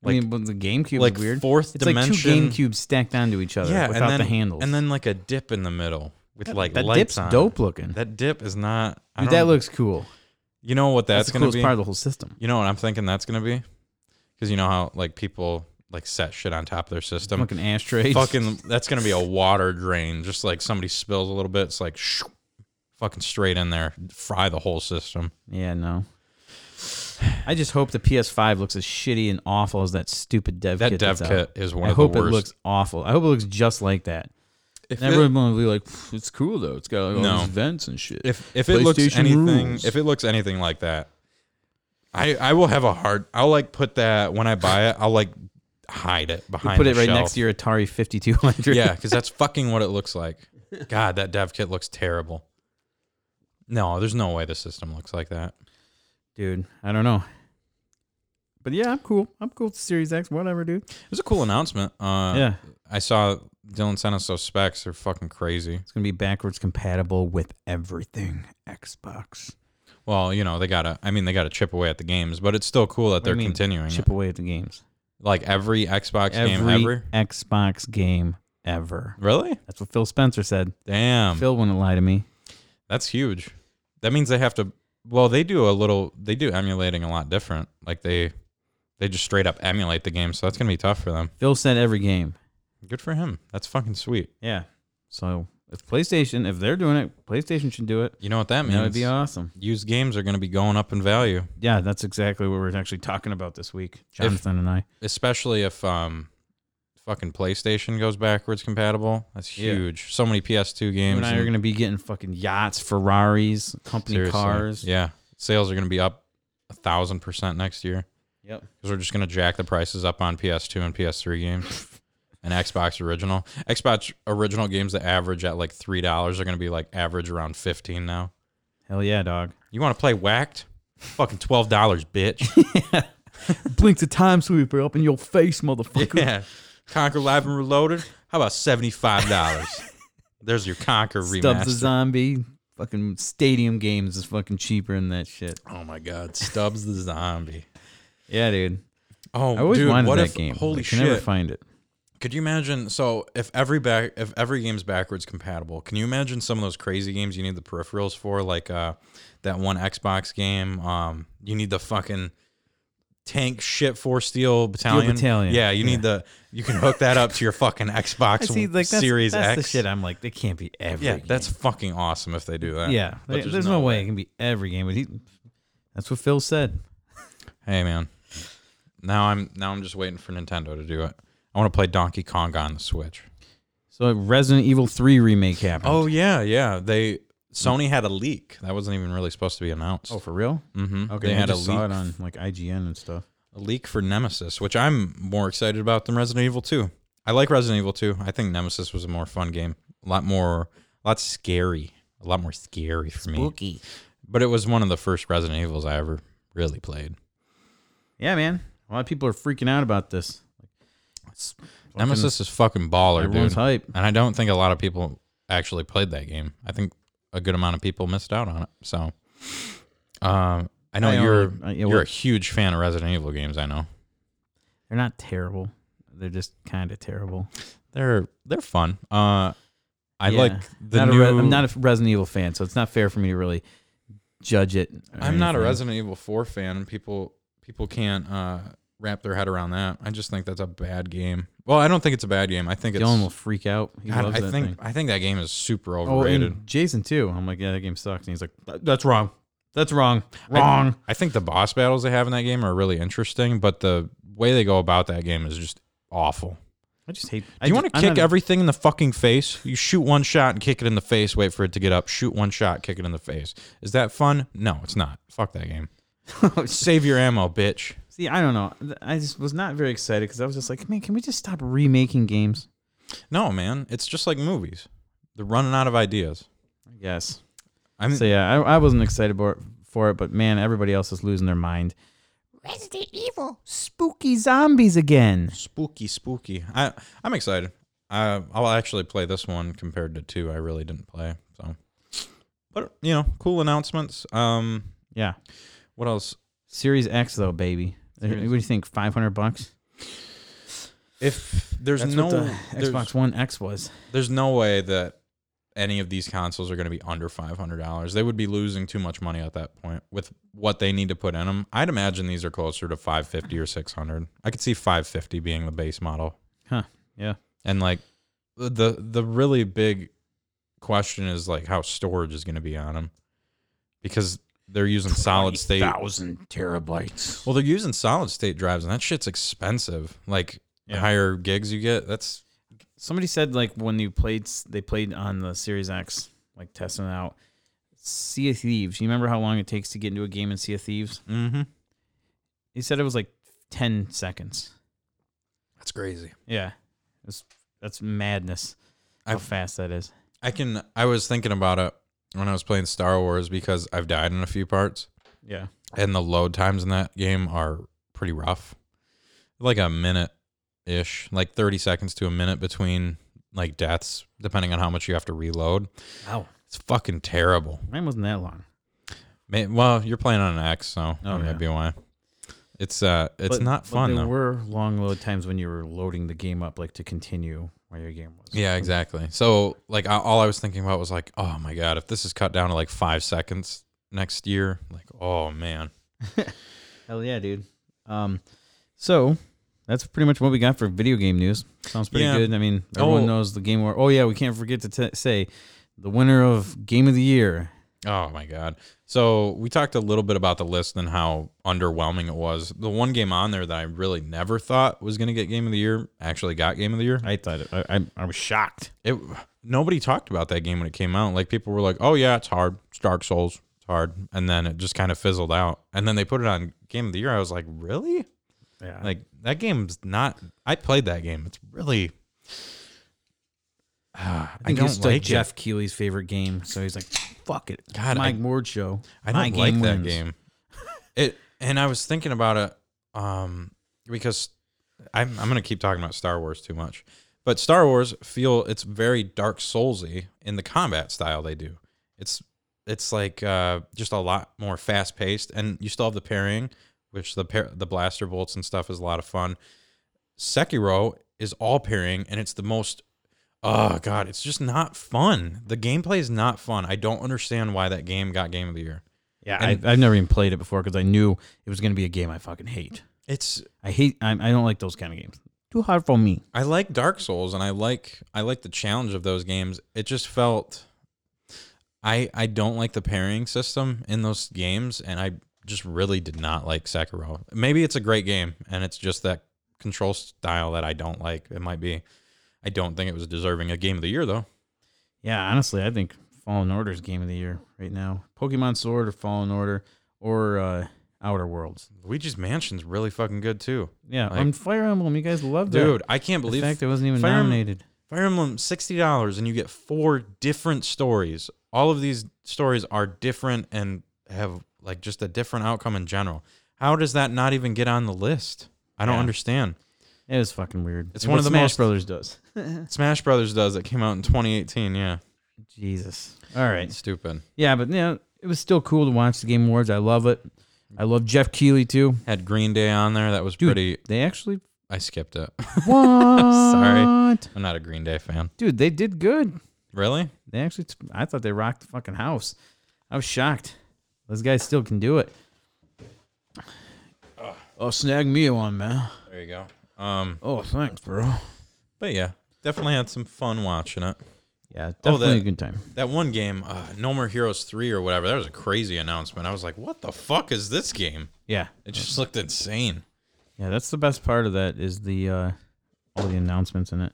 [SPEAKER 2] I mean, but the GameCube
[SPEAKER 3] like
[SPEAKER 2] is weird.
[SPEAKER 3] fourth
[SPEAKER 2] It's
[SPEAKER 3] dimension.
[SPEAKER 2] like two GameCubes stacked onto each other
[SPEAKER 3] yeah,
[SPEAKER 2] without
[SPEAKER 3] and then,
[SPEAKER 2] the handles.
[SPEAKER 3] and then like a dip in the middle with like
[SPEAKER 2] that
[SPEAKER 3] lights
[SPEAKER 2] dip's
[SPEAKER 3] on.
[SPEAKER 2] dope looking.
[SPEAKER 3] That dip is not. I
[SPEAKER 2] Dude,
[SPEAKER 3] don't-
[SPEAKER 2] that looks cool.
[SPEAKER 3] You know what that's,
[SPEAKER 2] That's, the
[SPEAKER 3] gonna
[SPEAKER 2] coolest
[SPEAKER 3] be?
[SPEAKER 2] part of the whole system.
[SPEAKER 3] you know what I'm thinking that's gonna be? Because you know how like people like set shit on top of their system.
[SPEAKER 2] Fucking ashtray.
[SPEAKER 3] fucking that's gonna be a water drain. Just like somebody spills a little bit, it's like shoo, fucking straight in there, fry the whole system.
[SPEAKER 2] Yeah, no. I just hope the PS5 looks as shitty and awful as that stupid dev
[SPEAKER 3] That
[SPEAKER 2] kit.
[SPEAKER 3] dev
[SPEAKER 2] that's out.
[SPEAKER 3] kit is one
[SPEAKER 2] I
[SPEAKER 3] of
[SPEAKER 2] hope
[SPEAKER 3] the worst.
[SPEAKER 2] it looks awful. I hope it looks just like that.
[SPEAKER 3] if
[SPEAKER 2] And everyone will be like, "Pff, "It's cool though. It's got like, all
[SPEAKER 3] No.
[SPEAKER 2] these vents and shit."
[SPEAKER 3] if if it looks
[SPEAKER 2] PlayStation
[SPEAKER 3] anything
[SPEAKER 2] rules.
[SPEAKER 3] if it looks anything like that, I I will have a hard. I'll like put that when I buy it. I'll like hide it behind.
[SPEAKER 2] Put
[SPEAKER 3] the
[SPEAKER 2] it right
[SPEAKER 3] shelf.
[SPEAKER 2] next to your Atari 5200.
[SPEAKER 3] yeah, because that's fucking what it looks like. God, that dev kit looks terrible. No, there's no way the system looks like that.
[SPEAKER 2] dude. I don't know. But yeah, I'm cool. I'm cool with the Series X. Whatever, dude.
[SPEAKER 3] It was a cool announcement. Uh,
[SPEAKER 2] yeah,
[SPEAKER 3] I saw Dylan sent us those specs. They're fucking crazy.
[SPEAKER 2] it's gonna be backwards compatible with everything Xbox.
[SPEAKER 3] Well, you know, they gotta. I mean, they gotta chip away at the games, but it's still cool that
[SPEAKER 2] do you
[SPEAKER 3] they're
[SPEAKER 2] mean,
[SPEAKER 3] continuing.
[SPEAKER 2] Chip
[SPEAKER 3] it.
[SPEAKER 2] away at the games.
[SPEAKER 3] Like every Xbox game
[SPEAKER 2] Every
[SPEAKER 3] ever.
[SPEAKER 2] Xbox game ever.
[SPEAKER 3] Really?
[SPEAKER 2] That's what Phil Spencer said.
[SPEAKER 3] Damn,
[SPEAKER 2] Phil wouldn't lie to me.
[SPEAKER 3] that's huge. That means they have to. Well, they do a little. They do emulating a lot different. Like they, they just straight up emulate the game. So that's gonna be tough for them.
[SPEAKER 2] Phil said every game.
[SPEAKER 3] Good for him. That's fucking sweet.
[SPEAKER 2] Yeah. So if PlayStation, if they're doing it, PlayStation should do it.
[SPEAKER 3] You know what that means?
[SPEAKER 2] That would be awesome.
[SPEAKER 3] Used games are gonna be going up in value.
[SPEAKER 2] Yeah, that's exactly what we're actually talking about this week, Jonathan and I.
[SPEAKER 3] especially if um fucking PlayStation goes backwards compatible. That's
[SPEAKER 2] Yeah.
[SPEAKER 3] huge. So many PS2
[SPEAKER 2] You
[SPEAKER 3] games.
[SPEAKER 2] and I are
[SPEAKER 3] and-
[SPEAKER 2] going to be getting fucking yachts, Ferraris, company
[SPEAKER 3] seriously,
[SPEAKER 2] cars.
[SPEAKER 3] Yeah, sales are gonna be up a thousand percent next year
[SPEAKER 2] Yep.
[SPEAKER 3] because we're just gonna jack the prices up on PS2 and PS3 games. And Xbox original, Xbox original games that average at like three dollars are gonna be like average around fifteen now.
[SPEAKER 2] Hell yeah, dog.
[SPEAKER 3] You want to play whacked? Fucking twelve dollars, bitch.
[SPEAKER 2] Blink the time sweeper up in your face, motherfucker.
[SPEAKER 3] yeah, Conquer Live and Reloaded. How about seventy five dollars? There's your Conquer
[SPEAKER 2] Stubbs the
[SPEAKER 3] remaster.
[SPEAKER 2] zombie. Fucking stadium games is fucking cheaper than that shit.
[SPEAKER 3] Oh my God, Stubbs the zombie.
[SPEAKER 2] Yeah, dude.
[SPEAKER 3] Oh,
[SPEAKER 2] I always
[SPEAKER 3] dude,
[SPEAKER 2] wanted
[SPEAKER 3] what
[SPEAKER 2] that
[SPEAKER 3] if,
[SPEAKER 2] game.
[SPEAKER 3] Holy
[SPEAKER 2] I can
[SPEAKER 3] shit!
[SPEAKER 2] never find it.
[SPEAKER 3] Could you imagine? So if every back, if every game's backwards compatible, can you imagine some of those crazy games you need the peripherals for? Like uh, that one Xbox game. Um, you need the fucking tank shit for steel battalion.
[SPEAKER 2] Battalion,
[SPEAKER 3] Yeah, you need the. You can hook that up to your fucking Xbox
[SPEAKER 2] I see, like that's,
[SPEAKER 3] Series
[SPEAKER 2] that's
[SPEAKER 3] X.
[SPEAKER 2] the shit. I'm like, they can't be every.
[SPEAKER 3] yeah,
[SPEAKER 2] game.
[SPEAKER 3] that's fucking awesome if they do that.
[SPEAKER 2] yeah.
[SPEAKER 3] but
[SPEAKER 2] there- there's, no, way. it can be every game. But he, that's what Phil said.
[SPEAKER 3] Hey man, now I'm now I'm just waiting for Nintendo to do it. I want to play Donkey Kong on the Switch.
[SPEAKER 2] So Resident Evil Three remake happened.
[SPEAKER 3] Oh yeah, yeah. They Sony had a leak that wasn't even really supposed to be announced.
[SPEAKER 2] Mm. Oh, for real?
[SPEAKER 3] hmm
[SPEAKER 2] Okay,
[SPEAKER 3] they
[SPEAKER 2] I
[SPEAKER 3] had a
[SPEAKER 2] just saw
[SPEAKER 3] leak,
[SPEAKER 2] it on like IGN and stuff.
[SPEAKER 3] a leak for Nemesis, which I'm more excited about than Resident Evil Two. I like Resident Evil Two. I think Nemesis was a more fun game, a lot more, a lot scary, a lot more scary for me. But it was one of the first Resident Evils I ever really played.
[SPEAKER 2] Yeah, man. A lot of people are freaking out about this. It's fucking-
[SPEAKER 3] Nemesis is fucking baller,
[SPEAKER 2] Everyone's
[SPEAKER 3] dude.
[SPEAKER 2] hype.
[SPEAKER 3] And I don't think a lot of people actually played that game. I think a good amount of people missed out on it. So, um, I know
[SPEAKER 2] I
[SPEAKER 3] you're
[SPEAKER 2] only- I- yeah,
[SPEAKER 3] you're
[SPEAKER 2] well-
[SPEAKER 3] a huge fan of Resident Evil games. I know
[SPEAKER 2] They're not terrible. They're just kind of terrible.
[SPEAKER 3] they're they're fun. Uh, I
[SPEAKER 2] Yeah.
[SPEAKER 3] like the
[SPEAKER 2] not
[SPEAKER 3] new.
[SPEAKER 2] a Re- I'm not a Resident Evil fan, so it's not fair for me to really judge it. or
[SPEAKER 3] I'm not a
[SPEAKER 2] anything.
[SPEAKER 3] Resident Evil Four fan, and people people can't uh, wrap their head around that. I just think that's a bad game. Well, I don't think it's a bad game. I think it's.
[SPEAKER 2] Dylan will freak out. He
[SPEAKER 3] God,
[SPEAKER 2] loves
[SPEAKER 3] I
[SPEAKER 2] that
[SPEAKER 3] think
[SPEAKER 2] thing.
[SPEAKER 3] I think that game is super
[SPEAKER 2] Oh,
[SPEAKER 3] overrated.
[SPEAKER 2] and Jason too. I'm like, yeah, that game sucks. And he's like, "That- that's wrong. That's wrong. Wrong.
[SPEAKER 3] I think the boss battles they have in that game are really interesting, but the way they go about that game is just awful.
[SPEAKER 2] I just hate.
[SPEAKER 3] Do you want to kick everything in the fucking face? You shoot one shot and kick it in the face, wait for it to get up, shoot one shot, kick it in the face. Is that fun? No, it's not. Fuck that game. Save your ammo, bitch.
[SPEAKER 2] See, I don't know. I just was not very excited because I was just like, man, can we just stop remaking games?
[SPEAKER 3] No, man. It's just like movies. They're running out of ideas.
[SPEAKER 2] I guess.
[SPEAKER 3] I mean,
[SPEAKER 2] So yeah, I, I wasn't excited for it, for it, but man, everybody else is losing their mind. Resident Evil, spooky zombies again.
[SPEAKER 3] spooky, spooky. I I'm excited. I I'll actually play this one compared to two. I really didn't play. So, but you know, cool announcements. Um,
[SPEAKER 2] Yeah,
[SPEAKER 3] what else?
[SPEAKER 2] Series X though, baby. Uh, What do you think? Five hundred bucks.
[SPEAKER 3] If there's
[SPEAKER 2] That's
[SPEAKER 3] no
[SPEAKER 2] what the
[SPEAKER 3] there's,
[SPEAKER 2] Xbox One X was.
[SPEAKER 3] there's no way that any of these consoles are going to be under five hundred dollars. They would be losing too much money at that point with what they need to put in them. I'd imagine these are closer to five fifty or six hundred. I could see five fifty being the base model.
[SPEAKER 2] Huh. Yeah.
[SPEAKER 3] and like the- the the really big question is like how storage is going to be on them because they're using solid state
[SPEAKER 2] Thousand terabytes.
[SPEAKER 3] well they're using solid state drives and that shit's expensive like the
[SPEAKER 2] Yeah.
[SPEAKER 3] higher gigs you get that's
[SPEAKER 2] Somebody said like when you played, they played on the Series X, like testing it out. Sea of Thieves. You remember how long it takes to get into a game in Sea of Thieves?
[SPEAKER 3] mm-hmm.
[SPEAKER 2] He said it was like ten seconds.
[SPEAKER 3] that's crazy
[SPEAKER 2] Yeah, it's, that's madness. How
[SPEAKER 3] I've-
[SPEAKER 2] fast that is.
[SPEAKER 3] i can i was thinking about it when i was playing star wars because i've died in a few parts
[SPEAKER 2] Yeah.
[SPEAKER 3] and the load times in that game are pretty rough. Like a minute ish, like 30 seconds to a minute between like deaths, depending on how much you have to reload.
[SPEAKER 2] Wow.
[SPEAKER 3] It's fucking terrible.
[SPEAKER 2] Mine wasn't that long.
[SPEAKER 3] May well, you're playing on an X, so
[SPEAKER 2] Oh,
[SPEAKER 3] that
[SPEAKER 2] yeah.
[SPEAKER 3] might be why. It's uh, it's
[SPEAKER 2] But-
[SPEAKER 3] not
[SPEAKER 2] but
[SPEAKER 3] fun
[SPEAKER 2] there
[SPEAKER 3] though.
[SPEAKER 2] were long load times when you were loading the game up, like to continue where your game was.
[SPEAKER 3] Yeah, exactly. So like, I, all I was thinking about was like, oh my god, if this is cut down to like five seconds next year, like, oh man,
[SPEAKER 2] Hell yeah, dude. Um, so that's pretty much what we got for video game news. Sounds pretty
[SPEAKER 3] Yeah.
[SPEAKER 2] good. I mean, everyone
[SPEAKER 3] Oh.
[SPEAKER 2] knows the game war. Oh yeah, we can't forget to t- say the winner of game of the year.
[SPEAKER 3] Oh my god. So we talked a little bit about the list and how underwhelming it was. The one game on there that I really never thought was going to get game of the year actually got game of the year.
[SPEAKER 2] I thought it, I, I I was shocked.
[SPEAKER 3] It nobody talked about that game when it came out. Like people were like, "Oh yeah, it's hard. It's Dark Souls. It's hard." And then it just kind of fizzled out. And then they put it on game of the year. I was like, "Really?
[SPEAKER 2] Yeah.
[SPEAKER 3] Like that game's not I played that game. It's really Ah,
[SPEAKER 2] I think
[SPEAKER 3] don't
[SPEAKER 2] it's
[SPEAKER 3] like
[SPEAKER 2] like
[SPEAKER 3] it.
[SPEAKER 2] Jeff Keeley's favorite game, so he's like, "Fuck it,
[SPEAKER 3] God,
[SPEAKER 2] Mike
[SPEAKER 3] I-
[SPEAKER 2] Ward show."
[SPEAKER 3] I
[SPEAKER 2] My
[SPEAKER 3] don't like
[SPEAKER 2] game
[SPEAKER 3] that
[SPEAKER 2] wins.
[SPEAKER 3] game. It and I was thinking about it um because I'm I'm gonna keep talking about Star Wars too much, but Star Wars feel it's very Dark Soulsy in the combat style they do. It's it's like uh, just a lot more fast paced, and you still have the parrying, which the par- the blaster bolts and stuff is a lot of fun. Sekiro is all parrying, and it's the most oh god, it's just not fun. The gameplay is not fun. I don't understand why that game got Game of the Year.
[SPEAKER 2] Yeah,
[SPEAKER 3] And-
[SPEAKER 2] I, I've never even played it before because I knew it was going to be a game I fucking hate.
[SPEAKER 3] It's
[SPEAKER 2] I hate. I, I don't like those kind of games. Too hard for me.
[SPEAKER 3] I like Dark Souls and I like I like the challenge of those games. It just felt I I don't like the pairing system in those games and I just really did not like Sekiro. Maybe it's a great game and it's just that control style that I don't like. It might be I don't think it was deserving a game of the year though.
[SPEAKER 2] Yeah, honestly, I think Fallen Order's game of the year right now. Pokemon Sword or Fallen Order or uh, Outer Worlds.
[SPEAKER 3] Luigi's Mansion's really fucking good too.
[SPEAKER 2] Yeah,
[SPEAKER 3] Like-
[SPEAKER 2] on Fire Emblem, you guys love that.
[SPEAKER 3] Dude, I can't
[SPEAKER 2] the
[SPEAKER 3] believe
[SPEAKER 2] fact it wasn't even
[SPEAKER 3] Fire Emblem-
[SPEAKER 2] nominated.
[SPEAKER 3] Fire Emblem, sixty dollars, and you get four different stories. All of these stories are different and have like just a different outcome in general. How does that not even get on the list? I don't
[SPEAKER 2] Yeah.
[SPEAKER 3] understand.
[SPEAKER 2] It was fucking weird.
[SPEAKER 3] It's
[SPEAKER 2] And
[SPEAKER 3] one
[SPEAKER 2] what
[SPEAKER 3] of the
[SPEAKER 2] Smash
[SPEAKER 3] most-
[SPEAKER 2] Brothers does.
[SPEAKER 3] Smash Brothers does that came out in 2018. Yeah,
[SPEAKER 2] Jesus. All right.
[SPEAKER 3] stupid.
[SPEAKER 2] Yeah, but you know, it was still cool to watch the Game Awards. I love it. I love Jeff Keeley too.
[SPEAKER 3] Had Green Day on there. That was
[SPEAKER 2] Dude,
[SPEAKER 3] pretty.
[SPEAKER 2] they actually
[SPEAKER 3] I skipped it.
[SPEAKER 2] what?
[SPEAKER 3] Sorry. I'm not a Green Day fan.
[SPEAKER 2] dude, they did good.
[SPEAKER 3] Really?
[SPEAKER 2] They actually, t- I thought they rocked the fucking house. I was shocked. Those guys still can do it. Oh, snag me one, man.
[SPEAKER 3] There you go. Um,
[SPEAKER 2] Oh, thanks, bro.
[SPEAKER 3] but yeah, definitely had some fun watching it.
[SPEAKER 2] Yeah,
[SPEAKER 3] Oh,
[SPEAKER 2] definitely
[SPEAKER 3] that-
[SPEAKER 2] a good time.
[SPEAKER 3] That one game, uh, No More Heroes 3 or whatever, that was a crazy announcement. I was like, what the fuck is this game?
[SPEAKER 2] Yeah,
[SPEAKER 3] It just looked insane.
[SPEAKER 2] yeah. That's the best part of that is the uh, all the announcements in it.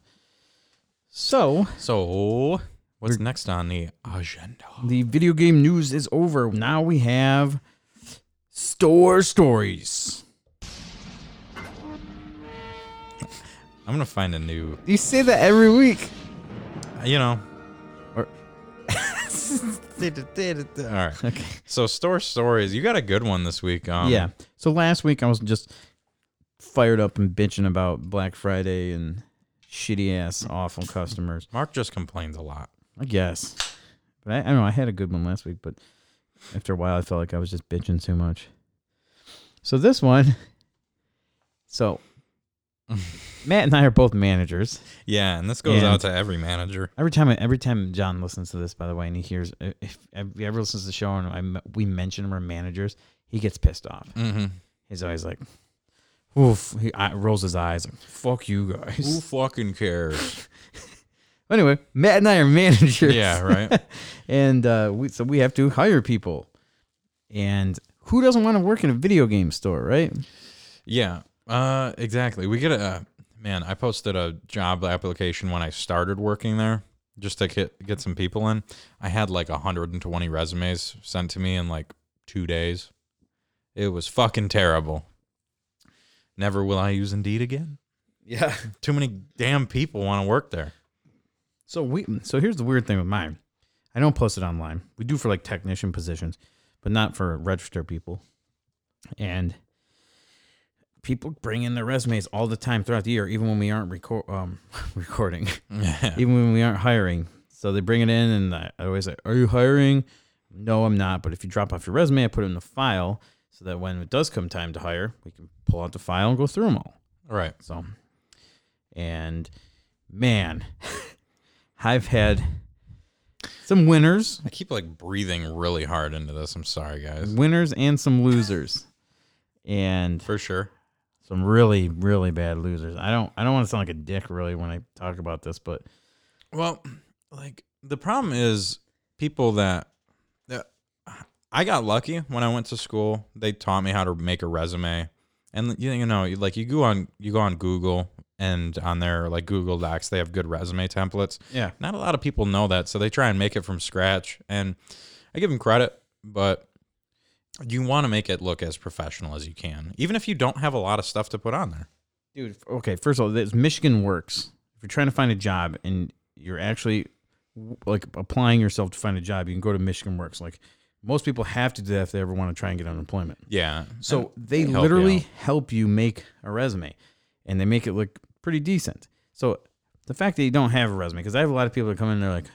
[SPEAKER 2] So
[SPEAKER 3] So, what's next on the agenda?
[SPEAKER 2] the video game news is over. Now we have store stories.
[SPEAKER 3] I'm gonna find a new.
[SPEAKER 2] You say that every week.
[SPEAKER 3] You know.
[SPEAKER 2] Or-
[SPEAKER 3] All right. Okay. So store stories. You got a good one this week. Um,
[SPEAKER 2] yeah. So last week I was just fired up and bitching about Black Friday and shitty ass awful customers.
[SPEAKER 3] Mark just complains a lot.
[SPEAKER 2] I guess. But I, I don't know. I had a good one last week, but after a while, I felt like I was just bitching too much. So this one. So Matt and I are both managers.
[SPEAKER 3] Yeah, and this goes
[SPEAKER 2] Yeah.
[SPEAKER 3] out to every manager.
[SPEAKER 2] Every time, I, every time John listens to this, by the way, and he hears uh, if, if he ever listens to the show and I, m- we mention we're managers, he gets pissed off.
[SPEAKER 3] Mm-hmm.
[SPEAKER 2] He's always like, "Oof!" He I, rolls his eyes. Like, Fuck you guys.
[SPEAKER 3] Who fucking cares?
[SPEAKER 2] Anyway, Matt and I are managers.
[SPEAKER 3] yeah. Right.
[SPEAKER 2] and uh, we, so we have to hire people. And who doesn't want to work in a video game store, right?
[SPEAKER 3] Yeah. Uh. Exactly. We get a uh, man. I posted a job application when I started working there, just to get get some people in. I had like 120 resumes sent to me in like two days. It was fucking terrible. Never will I use Indeed again.
[SPEAKER 2] Yeah.
[SPEAKER 3] Too many damn people want to work there.
[SPEAKER 2] So we so here's the weird thing with mine. I don't post it online. We do for like technician positions, but not for register people. And people bring in their resumes all the time throughout the year, even when we aren't record um, recording. even when we aren't hiring. So they bring it in, and I I always say, "Are you hiring?" No, I'm not. But if you drop off your resume, I put it in the file so that when it does come time to hire, we can pull out the file and go through them all.
[SPEAKER 3] right.
[SPEAKER 2] So, and man, I've had some winners,
[SPEAKER 3] I keep like breathing really hard into this. I'm sorry, guys.
[SPEAKER 2] winners, and some losers, and
[SPEAKER 3] For sure.
[SPEAKER 2] some really, really bad losers. I don't, I don't want to sound like a dick really when I talk about this, but
[SPEAKER 3] Well, like the problem is people that, that I got lucky when I went to school. They taught me how to make a resume, and you, you know, you- like you go on you go on Google and on their like Google Docs, they have good resume templates.
[SPEAKER 2] yeah,
[SPEAKER 3] Not a lot of people know that, so they try and make it from scratch. And I give them credit, but you want to make it look as professional as you can, even if you don't have a lot of stuff to put on there.
[SPEAKER 2] dude f- okay first of all this michigan works if you're trying to find a job and you're actually w- like applying yourself to find a job you can go to michigan works like most people have to do that if they ever want to try and get unemployment
[SPEAKER 3] Yeah.
[SPEAKER 2] so they
[SPEAKER 3] help you
[SPEAKER 2] literally
[SPEAKER 3] out.
[SPEAKER 2] help you make a resume and they make it look pretty decent so the fact that you don't have a resume because i have a lot of people that come in and they're like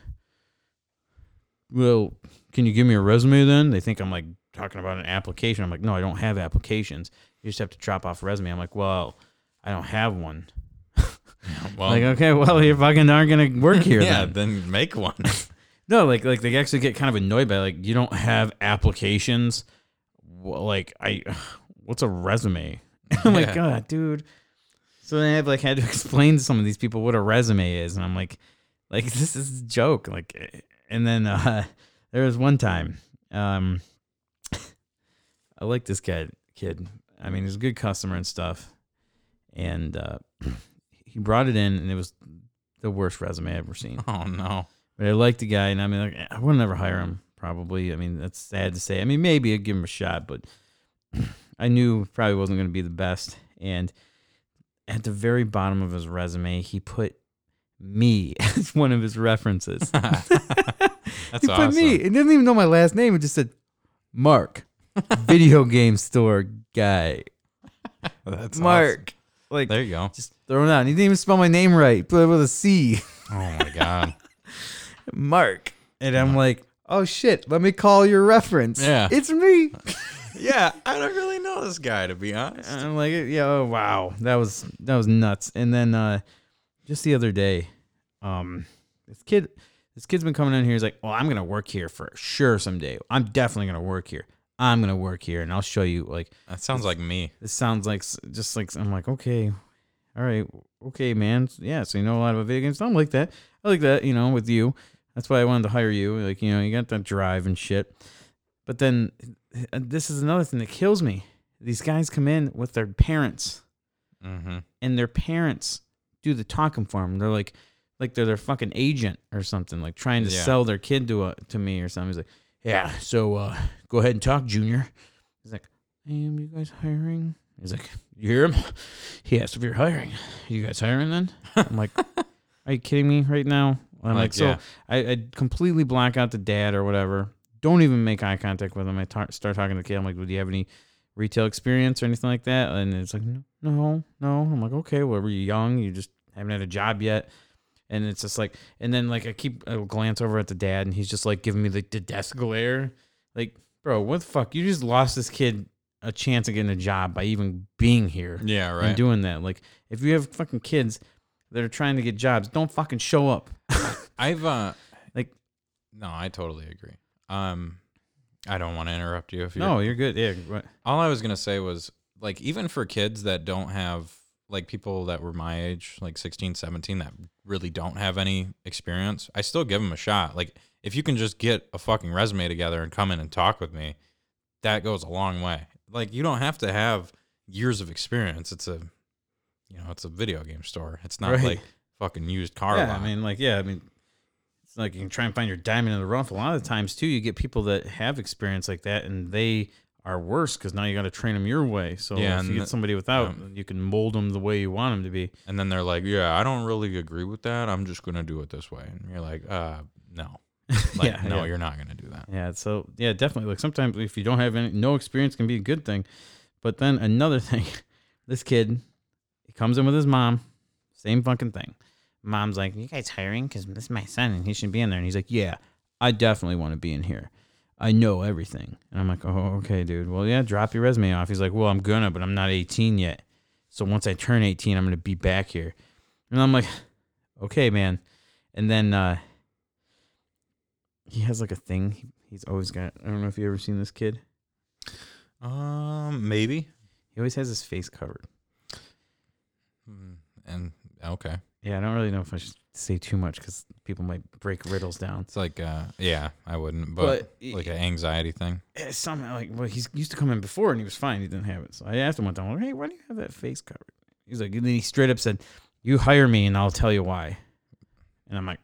[SPEAKER 2] well can you give me a resume then they think i'm like talking about an application i'm like no i don't have applications you just have to drop off a resume i'm like well i don't have one
[SPEAKER 3] well,
[SPEAKER 2] like, okay, well, you fucking aren't gonna work here.
[SPEAKER 3] Um, yeah,
[SPEAKER 2] then.
[SPEAKER 3] then make one.
[SPEAKER 2] No, like, like they actually get kind of annoyed by like you don't have applications. Well, like, I, what's a resume? I'm like,
[SPEAKER 3] Yeah.
[SPEAKER 2] God, dude. So then I've like had to explain to some of these people what a resume is, and I'm like, like this is a joke. Like, eh, and then uh, there was one time, um, I like this guy, kid. I mean, he's a good customer and stuff, and uh, he brought it in, and it was the worst resume I've ever seen.
[SPEAKER 3] oh no.
[SPEAKER 2] But I like the guy, and I mean, like, I would never hire him. Probably. I mean, that's sad to say. I mean, maybe I'd give him a shot, but I knew probably wasn't going to be the best. And at the very bottom of his resume, he put me as one of his references.
[SPEAKER 3] That's
[SPEAKER 2] he put me. It didn't even know my last name. It just said Mark, video game store guy.
[SPEAKER 3] That's
[SPEAKER 2] Mark. Like
[SPEAKER 3] There you go.
[SPEAKER 2] just throwing out. And he didn't even spell my name right. Put it with a C.
[SPEAKER 3] Oh my god.
[SPEAKER 2] Mark. And I'm like, oh shit, let me call your reference.
[SPEAKER 3] Yeah.
[SPEAKER 2] It's me.
[SPEAKER 3] yeah, I don't really know this guy to be honest.
[SPEAKER 2] I'm like, yeah, oh, wow. That was that was nuts. And then uh just the other day, um this kid this kid's been coming in here, he's like, Well, I'm gonna work here for sure someday. I'm definitely gonna work here. I'm gonna work here and I'll show you like
[SPEAKER 3] That sounds like me.
[SPEAKER 2] this sounds like s- just like I'm like okay, all right, okay, man, yeah. So you know a lot about video games. I'm like that. I like that. You know, with you, that's why I wanted to hire you. Like you know, you got that drive and shit. But then and this is another thing that kills me. These guys come in with their parents,
[SPEAKER 3] Mm-hmm.
[SPEAKER 2] and their parents do the talking for them. They're like, like they're their fucking agent or something, like trying to
[SPEAKER 3] Yeah.
[SPEAKER 2] sell their kid to a, to me or something. He's like, yeah, so uh, go ahead and talk, Junior. He's like, am you guys hiring? He's like, you hear him? He asked if you're hiring. you guys hiring then? I'm like, are you kidding me right now? I'm like,
[SPEAKER 3] Like,
[SPEAKER 2] so
[SPEAKER 3] yeah.
[SPEAKER 2] I, I completely black out the dad or whatever. Don't even make eye contact with him. I ta- start talking to the kid. I'm like, do you have any retail experience or anything like that? And it's like, no, no, no. I'm like, okay, well, were you young? You just haven't had a job yet. And it's just like, and then like I keep I glance over at the dad, and he's just like giving me like the desk glare, like, bro, what the fuck? You just lost this kid a chance of getting a job by even being here
[SPEAKER 3] Yeah,
[SPEAKER 2] and
[SPEAKER 3] right.
[SPEAKER 2] doing that. Like, if you have fucking kids that are trying to get jobs, don't fucking show up.
[SPEAKER 3] I've uh
[SPEAKER 2] Like-
[SPEAKER 3] no, I totally agree. Um I don't want to interrupt you if you
[SPEAKER 2] No, you're good. Yeah, right.
[SPEAKER 3] All I was gonna say was like even for kids that don't have like people that were my age, like 16, 17, that really don't have any experience, I still give them a shot. Like if you can just get a fucking resume together and come in and talk with me, that goes a long way. Like you don't have to have years of experience. It's a you know, it's a video game store. It's not
[SPEAKER 2] Right.
[SPEAKER 3] like fucking used car
[SPEAKER 2] yeah.
[SPEAKER 3] lot.
[SPEAKER 2] I mean, like, yeah, I mean, it's like you can try and find your diamond in the rough. A lot of times too, you get people that have experience like that, and they are worse because now you got to train them your way. So
[SPEAKER 3] Yeah,
[SPEAKER 2] if
[SPEAKER 3] and
[SPEAKER 2] you get
[SPEAKER 3] the-
[SPEAKER 2] somebody without, you can mold them the way you want them to be.
[SPEAKER 3] And then they're like, "Yeah, I don't really agree with that. I'm just gonna do it this way." And you're like, "Uh, no, like,
[SPEAKER 2] Yeah,
[SPEAKER 3] no,
[SPEAKER 2] yeah.
[SPEAKER 3] you're not gonna do that."
[SPEAKER 2] Yeah. So yeah, definitely. Like sometimes if you don't have any no experience can be a good thing. But then another thing, this kid, he comes in with his mom, same fucking thing. Mom's like, "You guys hiring? Because this is my son and he should be in there." And he's like, "Yeah, I definitely want to be in here. I know everything." And I'm like, "Oh, okay, dude. Well, yeah, drop your resume off." He's like, "Well, I'm gonna, but I'm not 18 yet. So once I turn 18, I'm gonna be back here." And I'm like, "Okay, man." And then uh, he has like a thing. He, he's always got. I don't know if you ever seen this kid.
[SPEAKER 3] Um, maybe.
[SPEAKER 2] He always has his face covered.
[SPEAKER 3] Mm, And okay,
[SPEAKER 2] Yeah, I don't really know if I should say too much because people might break riddles down.
[SPEAKER 3] it's like, uh, yeah, I wouldn't, but,
[SPEAKER 2] But-
[SPEAKER 3] like an anxiety thing.
[SPEAKER 2] Eh, Somehow, like, well, he's used to come in before and he was fine. He didn't have it. So I asked him one time, like, "Hey, why do you have that face covered?" He's like, and then he straight up said, "You hire me and I'll tell you why." And I'm like,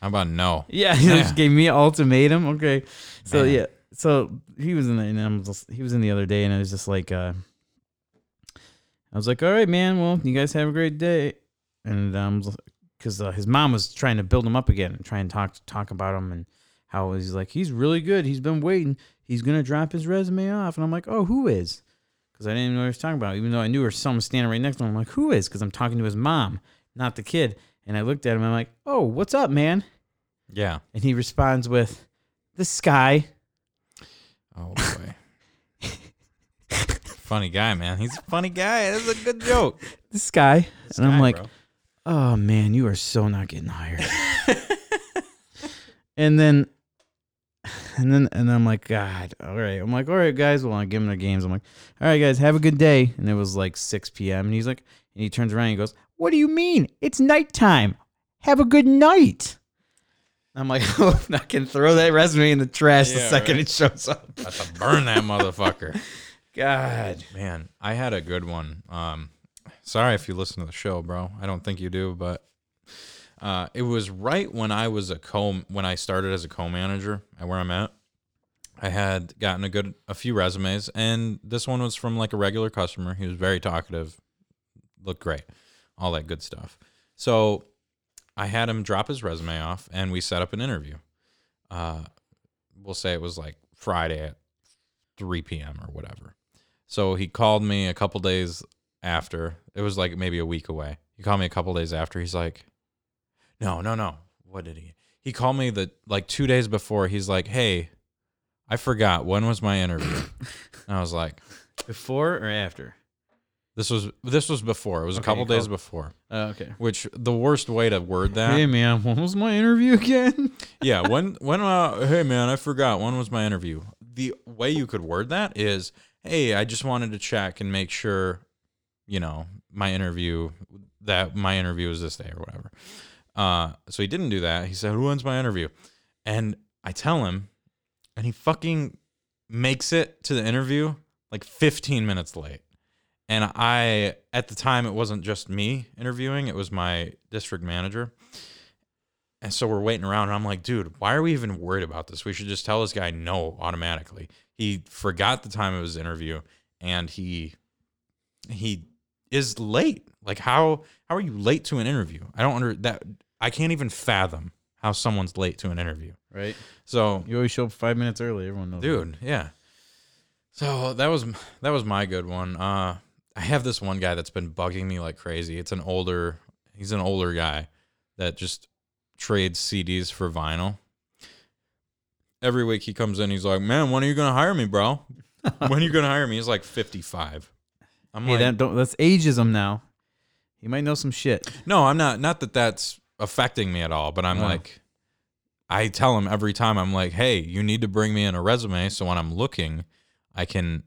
[SPEAKER 3] How about no?
[SPEAKER 2] Yeah, he
[SPEAKER 3] Yeah.
[SPEAKER 2] just gave me an ultimatum. Okay, so
[SPEAKER 3] Man.
[SPEAKER 2] yeah, so he was in the and I'm just, he was in the other day, and I was just like, uh, I was like, all right, man. Well, you guys have a great day, and um, because uh, his mom was trying to build him up again and try and talk talk about him and how he's like he's really good. He's been waiting. He's gonna drop his resume off, and I'm like, oh, who is? Because I didn't even know what he was talking about, even though I knew her son was standing right next to him. I'm like, who is? Because I'm talking to his mom, not the kid. And I looked at him. I'm like, oh, what's up, man?
[SPEAKER 3] Yeah.
[SPEAKER 2] And he responds with, "The sky."
[SPEAKER 3] Oh boy. funny guy, man. He's a funny guy. That's a good joke.
[SPEAKER 2] The sky. and I'm
[SPEAKER 3] Guy,
[SPEAKER 2] like,
[SPEAKER 3] bro.
[SPEAKER 2] "Oh man, you are so not getting hired." and then, and then, and I'm like, "God, all right." I'm like, "All right, guys." Well, I give him their games. I'm like, "All right, guys, have a good day." And it was like 6 p.m. And he's like, and he turns around and he goes, "What do you mean? It's nighttime. Have a good night." I'm like, oh, I can throw that resume in the trash the
[SPEAKER 3] Yeah,
[SPEAKER 2] second
[SPEAKER 3] right.
[SPEAKER 2] it shows up.
[SPEAKER 3] about to burn that motherfucker.
[SPEAKER 2] God.
[SPEAKER 3] Man, I had a good one. Um, sorry if you listen to the show, bro. I don't think you do, but uh, it was right when I was a co when I started as a co-manager at where I'm at. I had gotten a good a few resumes, and this one was from like a regular customer. He was very talkative, looked great, all that good stuff. So I had him drop his resume off, and we set up an interview. Uh, we'll say it was like Friday at 3 p.m. or whatever. So he called me a couple days after. It was like maybe a week away. He called me a couple days after. He's like, "No, no, no. What did he?" He called me the like 2 days before. He's like, "Hey, I forgot when was my interview." and I was like,
[SPEAKER 2] Before or after?
[SPEAKER 3] "This was this was before. It was a
[SPEAKER 2] Okay,
[SPEAKER 3] couple
[SPEAKER 2] he
[SPEAKER 3] days
[SPEAKER 2] called-
[SPEAKER 3] before."
[SPEAKER 2] Oh, okay.
[SPEAKER 3] Which the worst way to word that?
[SPEAKER 2] Hey man, when was my interview again?
[SPEAKER 3] yeah when when uh, hey man i forgot when was my interview the way you could word that is hey i just wanted to check and make sure you know my interview that my interview is this day or whatever uh so he didn't do that he said when's my interview and i tell him and he fucking makes it to the interview like 15 minutes late And I, at the time, it wasn't just me interviewing, it was my district manager. And so we're waiting around, and I'm like, dude, why are we even worried about this? We should just tell this guy no automatically. He forgot the time of his interview, and he he is late. Like how how are you late to an interview? I don't under that. I can't even fathom how someone's late to an interview.
[SPEAKER 2] Right.
[SPEAKER 3] So
[SPEAKER 2] You always show up five minutes early. Everyone knows. that.
[SPEAKER 3] dude yeah so that was that was my good one uh i have this one guy that's been bugging me like crazy it's an older he's an older guy that just trades cds for vinyl every week he comes in he's like man when are you gonna hire me bro when are you gonna hire me he's like 55 i'm
[SPEAKER 2] Hey,
[SPEAKER 3] like
[SPEAKER 2] that don't, that's ageism now. He might know some shit.
[SPEAKER 3] no i'm not not that that's affecting me at all but i'm
[SPEAKER 2] No.
[SPEAKER 3] like i tell him every time i'm like hey you need to bring me in a resume so when i'm looking i can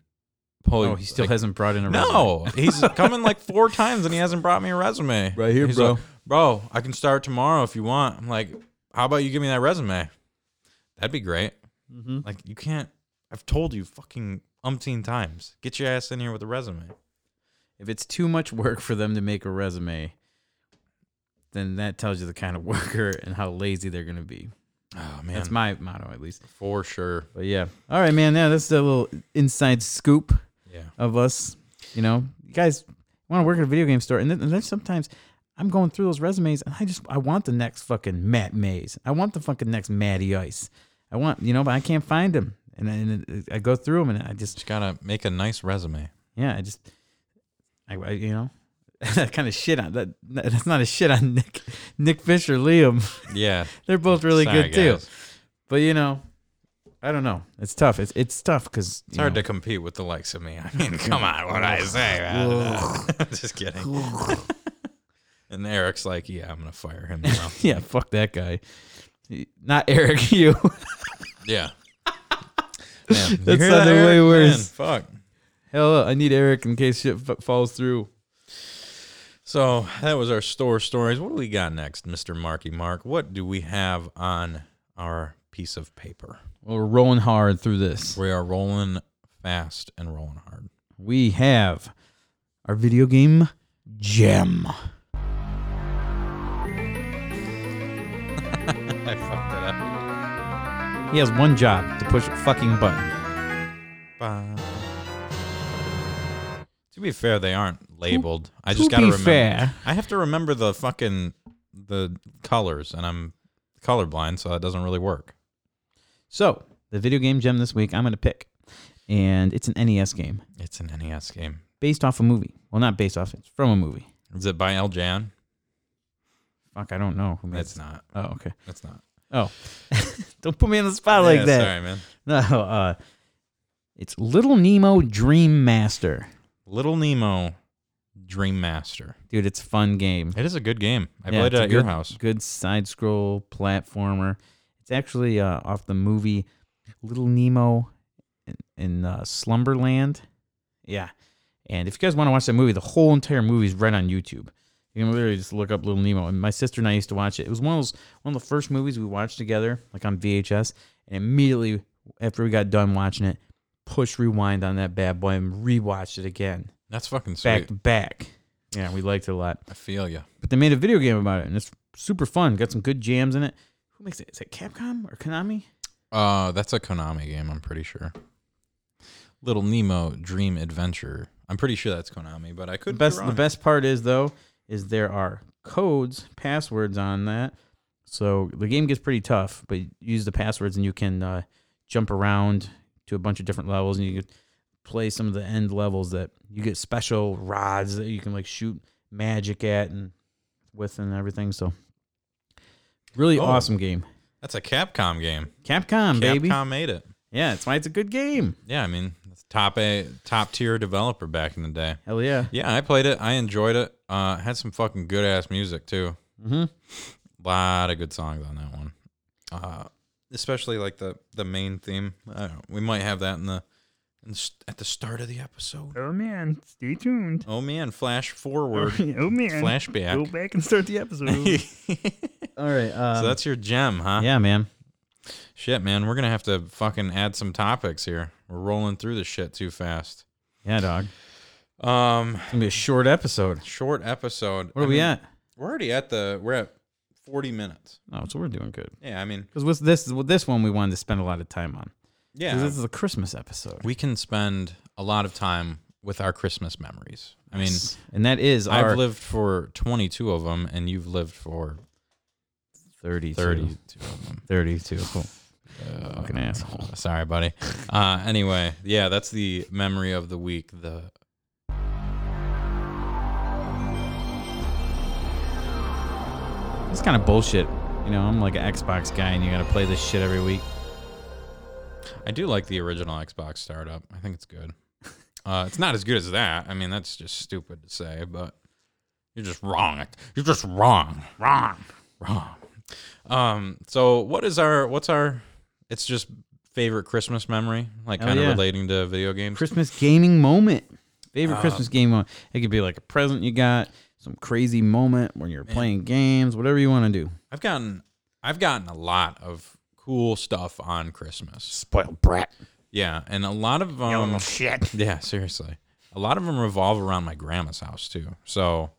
[SPEAKER 3] pull
[SPEAKER 2] Oh, he still
[SPEAKER 3] like,
[SPEAKER 2] hasn't brought in a
[SPEAKER 3] No, he's coming like four times and he hasn't brought me a resume.
[SPEAKER 2] Right here,
[SPEAKER 3] He's
[SPEAKER 2] bro.
[SPEAKER 3] like, bro, I can start tomorrow if you want. I'm like, how about you give me that resume? That'd be great.
[SPEAKER 2] Mm-hmm.
[SPEAKER 3] Like, you can't. I've told you fucking umpteen times. Get your ass in here with a resume.
[SPEAKER 2] Oh, If it's too much work for them to make a resume, then that tells you the kind of worker and how lazy they're going to be.
[SPEAKER 3] Oh man,
[SPEAKER 2] That's my motto, at least.
[SPEAKER 3] for sure.
[SPEAKER 2] But yeah. All right, man. Yeah, that's a little inside scoop
[SPEAKER 3] Yeah.
[SPEAKER 2] of us. You know, you guys want to work at a video game store, and then, and then sometimes I'm going through those resumes, and I just I want the next fucking Matt Mays. I want the fucking next Matty Ice. I want you know, but I can't find him, and, I- and I go through them, and I just
[SPEAKER 3] Just gotta make a nice resume.
[SPEAKER 2] yeah, I just, I, I- you know, that kind of shit on that. That's not a shit on Nick, Nick Fish or Liam.
[SPEAKER 3] Yeah.
[SPEAKER 2] They're both really
[SPEAKER 3] Sorry,
[SPEAKER 2] good too.
[SPEAKER 3] guys.
[SPEAKER 2] But you know, I don't know. It's tough. It's it's tough because
[SPEAKER 3] It's hard to compete with the likes of me. I mean, come on, what I say, man. Just kidding. and Eric's like, yeah, I'm gonna fire him now.
[SPEAKER 2] Yeah, fuck that guy. Not Eric, you.
[SPEAKER 3] Yeah. Man, you
[SPEAKER 2] That
[SPEAKER 3] hear
[SPEAKER 2] sounded
[SPEAKER 3] Eric?
[SPEAKER 2] way
[SPEAKER 3] Man,
[SPEAKER 2] worse.
[SPEAKER 3] fuck.
[SPEAKER 2] Hell, I need Eric in case shit f- falls through.
[SPEAKER 3] So that was our store stories. What do we got next, Mr. Marky Mark? What do we have on our piece of paper?
[SPEAKER 2] Well, we're rolling hard through this.
[SPEAKER 3] We are rolling fast and rolling hard.
[SPEAKER 2] We have our video game gem.
[SPEAKER 3] I fucked that up.
[SPEAKER 2] He has one job to push a fucking button.
[SPEAKER 3] Bah. To be fair, they aren't labeled. I
[SPEAKER 2] to
[SPEAKER 3] just gotta
[SPEAKER 2] be
[SPEAKER 3] remember.
[SPEAKER 2] fair.
[SPEAKER 3] I have to remember the fucking the colors, and I'm colorblind, so that doesn't really work.
[SPEAKER 2] So, the video game gem this week I'm going to pick, and it's an NES game
[SPEAKER 3] It's an NES game.
[SPEAKER 2] based off a movie. Well, not based off, it's from a movie.
[SPEAKER 3] Is it by El Jan?
[SPEAKER 2] Fuck, I don't know who made
[SPEAKER 3] It's
[SPEAKER 2] it.
[SPEAKER 3] not.
[SPEAKER 2] Oh, okay.
[SPEAKER 3] It's not.
[SPEAKER 2] Oh. don't put me on the spot like
[SPEAKER 3] Yeah,
[SPEAKER 2] that.
[SPEAKER 3] Sorry, man.
[SPEAKER 2] No, uh, it's Little Nemo Dream Master.
[SPEAKER 3] Little Nemo, Dream Master.
[SPEAKER 2] Dude, it's a fun game.
[SPEAKER 3] It is a good game. I
[SPEAKER 2] Yeah,
[SPEAKER 3] played
[SPEAKER 2] it's
[SPEAKER 3] it
[SPEAKER 2] a
[SPEAKER 3] at your
[SPEAKER 2] good-
[SPEAKER 3] house.
[SPEAKER 2] Good side scroll platformer. It's actually uh, off the movie Little Nemo in, in uh, Slumberland. Yeah. And if you guys want to watch that movie, the whole entire movie is right on YouTube. You can literally just look up Little Nemo. And my sister and I used to watch it. It was one of those one of the first movies we watched together, like on VHS. And immediately after we got done watching it, push rewind on that bad boy and rewatched it again,
[SPEAKER 3] That's fucking sweet.
[SPEAKER 2] back to back. Yeah, we liked it a lot
[SPEAKER 3] I feel you.
[SPEAKER 2] but they made a video game about it, and it's super fun. Got some good jams in it. Who makes it? Is it Capcom or Konami?
[SPEAKER 3] Uh, that's a Konami game. I'm pretty sure. Little Nemo, Dream Adventure. I'm pretty sure that's Konami, but I
[SPEAKER 2] The
[SPEAKER 3] could
[SPEAKER 2] best.
[SPEAKER 3] Be
[SPEAKER 2] The
[SPEAKER 3] wrong.
[SPEAKER 2] best part is though, is there are codes, passwords on that, so the game gets pretty tough. But you use the passwords, and you can uh, jump around to a bunch of different levels, and you can play some of the end levels that you get special rods that you can like shoot magic at and with and everything. So really
[SPEAKER 3] Oh.
[SPEAKER 2] awesome game.
[SPEAKER 3] That's a Capcom game.
[SPEAKER 2] Capcom,
[SPEAKER 3] Capcom
[SPEAKER 2] baby.
[SPEAKER 3] made it.
[SPEAKER 2] Yeah, that's why it's a good game.
[SPEAKER 3] Yeah, I mean, that's top a top tier developer back in the day.
[SPEAKER 2] Hell yeah.
[SPEAKER 3] Yeah, I played it. I enjoyed it. Uh, had some fucking good ass music too.
[SPEAKER 2] Mm-hmm.
[SPEAKER 3] lot of good songs on that one. Uh, especially like the the main theme. I don't know. We might have that in the in, s- at the start of the episode.
[SPEAKER 4] Oh man, stay tuned.
[SPEAKER 3] Oh man, flash forward,
[SPEAKER 4] Oh man, go
[SPEAKER 3] flashback.
[SPEAKER 4] back and start the episode.
[SPEAKER 3] so
[SPEAKER 2] All right. Um,
[SPEAKER 3] that's your gem, huh?
[SPEAKER 2] yeah, man.
[SPEAKER 3] Shit, man, we're gonna have to fucking add some topics here. We're rolling through this shit too fast.
[SPEAKER 2] Yeah, dog.
[SPEAKER 3] Um,
[SPEAKER 2] It's gonna be a short episode.
[SPEAKER 3] short episode.
[SPEAKER 2] What are
[SPEAKER 3] I
[SPEAKER 2] we
[SPEAKER 3] mean,
[SPEAKER 2] at?
[SPEAKER 3] We're already at the. We're at forty minutes.
[SPEAKER 2] Oh, so we're doing good.
[SPEAKER 3] Yeah, I mean,
[SPEAKER 2] Because with this, with this one, we wanted to spend a lot of time on. 'Cause
[SPEAKER 3] yeah,
[SPEAKER 2] this is a Christmas episode.
[SPEAKER 3] we can spend a lot of time with our Christmas memories. I mean,
[SPEAKER 2] and that is our
[SPEAKER 3] I've lived for twenty-two of them, and you've lived for
[SPEAKER 2] 32.
[SPEAKER 3] thirty-two of them.
[SPEAKER 2] 32. Cool. Fucking asshole.
[SPEAKER 3] Sorry, buddy. Uh, anyway, yeah, that's the memory of the week. The
[SPEAKER 2] It's kind of bullshit. You know, I'm like an Xbox guy, and you gotta play this shit every week.
[SPEAKER 3] I do like the original Xbox startup. I think it's good. Uh, it's not as good as that. I mean, that's just stupid to say, but you're just wrong. You're just wrong.
[SPEAKER 4] Wrong.
[SPEAKER 3] Wrong. Um, so what is our what's our it's just favorite Christmas memory, like
[SPEAKER 2] Oh,
[SPEAKER 3] kind of
[SPEAKER 2] yeah.
[SPEAKER 3] relating to video games.
[SPEAKER 2] Christmas gaming moment. Favorite
[SPEAKER 3] Uh,
[SPEAKER 2] Christmas game moment. It could be like a present you got, some crazy moment when you're playing games, whatever you want to do.
[SPEAKER 3] I've gotten I've gotten a lot of cool stuff on Christmas.
[SPEAKER 2] Spoiled brat.
[SPEAKER 3] Yeah, and a lot of
[SPEAKER 4] You
[SPEAKER 3] um
[SPEAKER 4] little shit.
[SPEAKER 3] Yeah, seriously. A lot of them revolve around my grandma's house too. So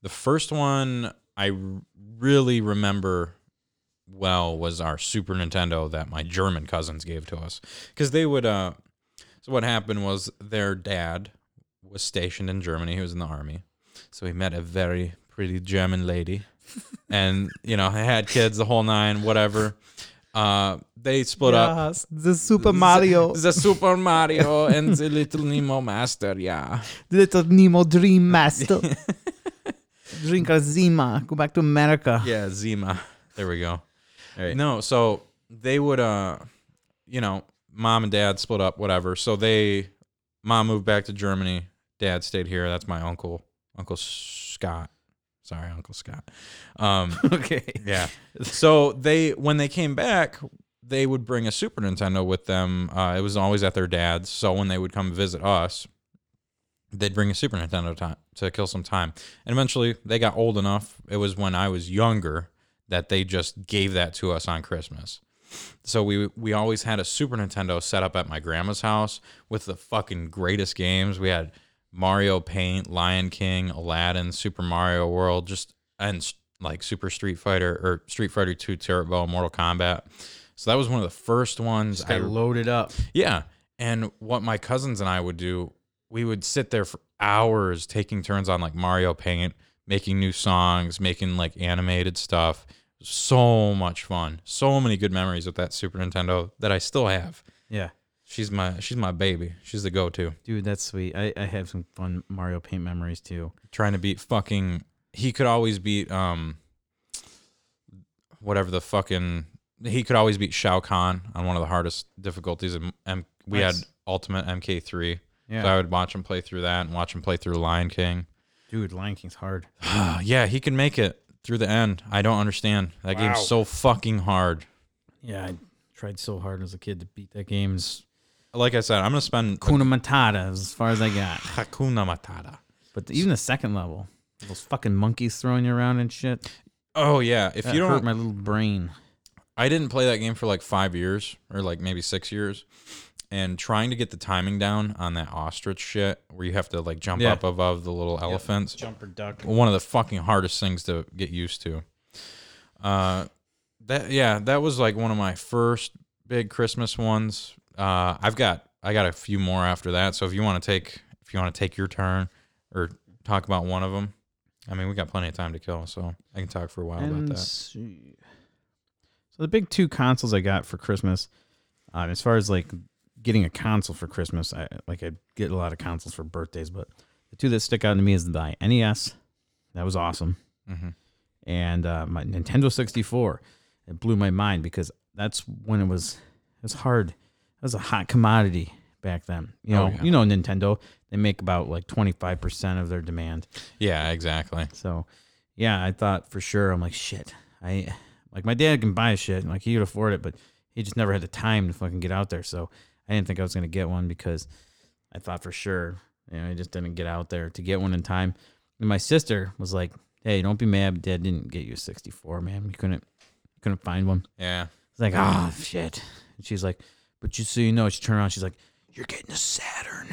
[SPEAKER 3] the first one I r- really remember well was our Super Nintendo that my German cousins gave to us because they would. Uh, so what happened was their dad was stationed in Germany. He was in the army, so he met a very pretty German lady, and you know had kids the whole nine, whatever. Uh, they split up.
[SPEAKER 2] the Super
[SPEAKER 3] The Super Mario and the Little Nemo Master, yeah.
[SPEAKER 2] Little Nemo Dream Master. Drink a Zima. Go back to America.
[SPEAKER 3] Yeah, Zima. There we go.
[SPEAKER 2] Alright.
[SPEAKER 3] No, so they would uh you know, mom and dad split up, whatever. So they mom moved back to Germany, dad stayed here. That's my uncle, Uncle Scott. Sorry, Uncle Scott. Um
[SPEAKER 2] Okay.
[SPEAKER 3] yeah. So they when they came back, they would bring a Super Nintendo with them. Uh, it was always at their dad's. So when they would come visit us, they'd bring a Super Nintendo to, to kill some time. And eventually, they got old enough. It was when I was younger that they just gave that to us on Christmas. So we we always had a Super Nintendo set up at my grandma's house with the fucking greatest games. We had Mario Paint, Lion King, Aladdin, Super Mario World, just and s- like Super Street Fighter or Street Fighter 2 Turbo, Mortal Kombat. So that was one of the first ones
[SPEAKER 2] I loaded up.
[SPEAKER 3] yeah. And what my cousins and I would do, we would sit there for hours taking turns on like Mario Paint, making new songs, making like animated stuff. So much fun. So many good memories with that Super Nintendo that I still have.
[SPEAKER 2] Yeah.
[SPEAKER 3] She's my she's my baby. She's the go-to.
[SPEAKER 2] Dude, that's sweet. I, I have some fun Mario Paint memories too.
[SPEAKER 3] Trying to beat fucking he could always beat um whatever the fucking he could always beat Shao Kahn on one of the hardest difficulties. in M- we
[SPEAKER 2] Nice.
[SPEAKER 3] had Ultimate MK3.
[SPEAKER 2] Yeah.
[SPEAKER 3] So I would watch him play through that and watch him play through Lion King. Uh,
[SPEAKER 2] Dude, Lion King's hard.
[SPEAKER 3] yeah, he can make it through the end. I don't understand. That game's so fucking hard.
[SPEAKER 2] Yeah, I tried so hard as a kid to beat that game.
[SPEAKER 3] Like I said, I'm gonna spend
[SPEAKER 2] Kuna Matata as far as I got.
[SPEAKER 3] Hakuna Matata.
[SPEAKER 2] But even the second level, those fucking monkeys throwing you around and shit.
[SPEAKER 3] Oh yeah, if
[SPEAKER 2] That
[SPEAKER 3] you
[SPEAKER 2] hurt
[SPEAKER 3] don't,
[SPEAKER 2] my little brain.
[SPEAKER 3] I didn't play that game for like five years or like maybe six years, and trying to get the timing down on that ostrich shit where you have to like jump
[SPEAKER 2] Yeah.
[SPEAKER 3] up above the little elephants.
[SPEAKER 2] Jumper duck.
[SPEAKER 3] one of the fucking hardest things to get used to. Uh, that yeah, that was like one of my first big Christmas ones. Uh, I've got I got a few more after that. So if you want to take if you want to take your turn or talk about one of them, I mean we got plenty of time to kill, so I can talk for a while
[SPEAKER 2] And
[SPEAKER 3] about that.
[SPEAKER 2] see. So the big two consoles I got for Christmas, um, as far as like getting a console for Christmas, I like I get a lot of consoles for birthdays, but the two that stick out to me is the NES. That was awesome.
[SPEAKER 3] Mhm.
[SPEAKER 2] And uh, my Nintendo 64. It blew my mind because that's when it was it was hard. It was a hot commodity back then. You know,
[SPEAKER 3] Oh, yeah.
[SPEAKER 2] you know Nintendo, they make about like 25% of their demand.
[SPEAKER 3] Yeah, exactly.
[SPEAKER 2] So, yeah, I thought for sure. I'm like, shit. I like my dad can buy shit, and, like he could afford it, but he just never had the time to fucking get out there. So I didn't think I was gonna get one because I thought for sure, you know, I just didn't get out there to get one in time. And my sister was like, "Hey, don't be mad. Dad didn't get you a 64, man. You couldn't, you couldn't find one."
[SPEAKER 3] Yeah.
[SPEAKER 2] It's like, "Ah, shit." And she's like, "But you so you know," she turned around. She's like, "You're getting a Saturn."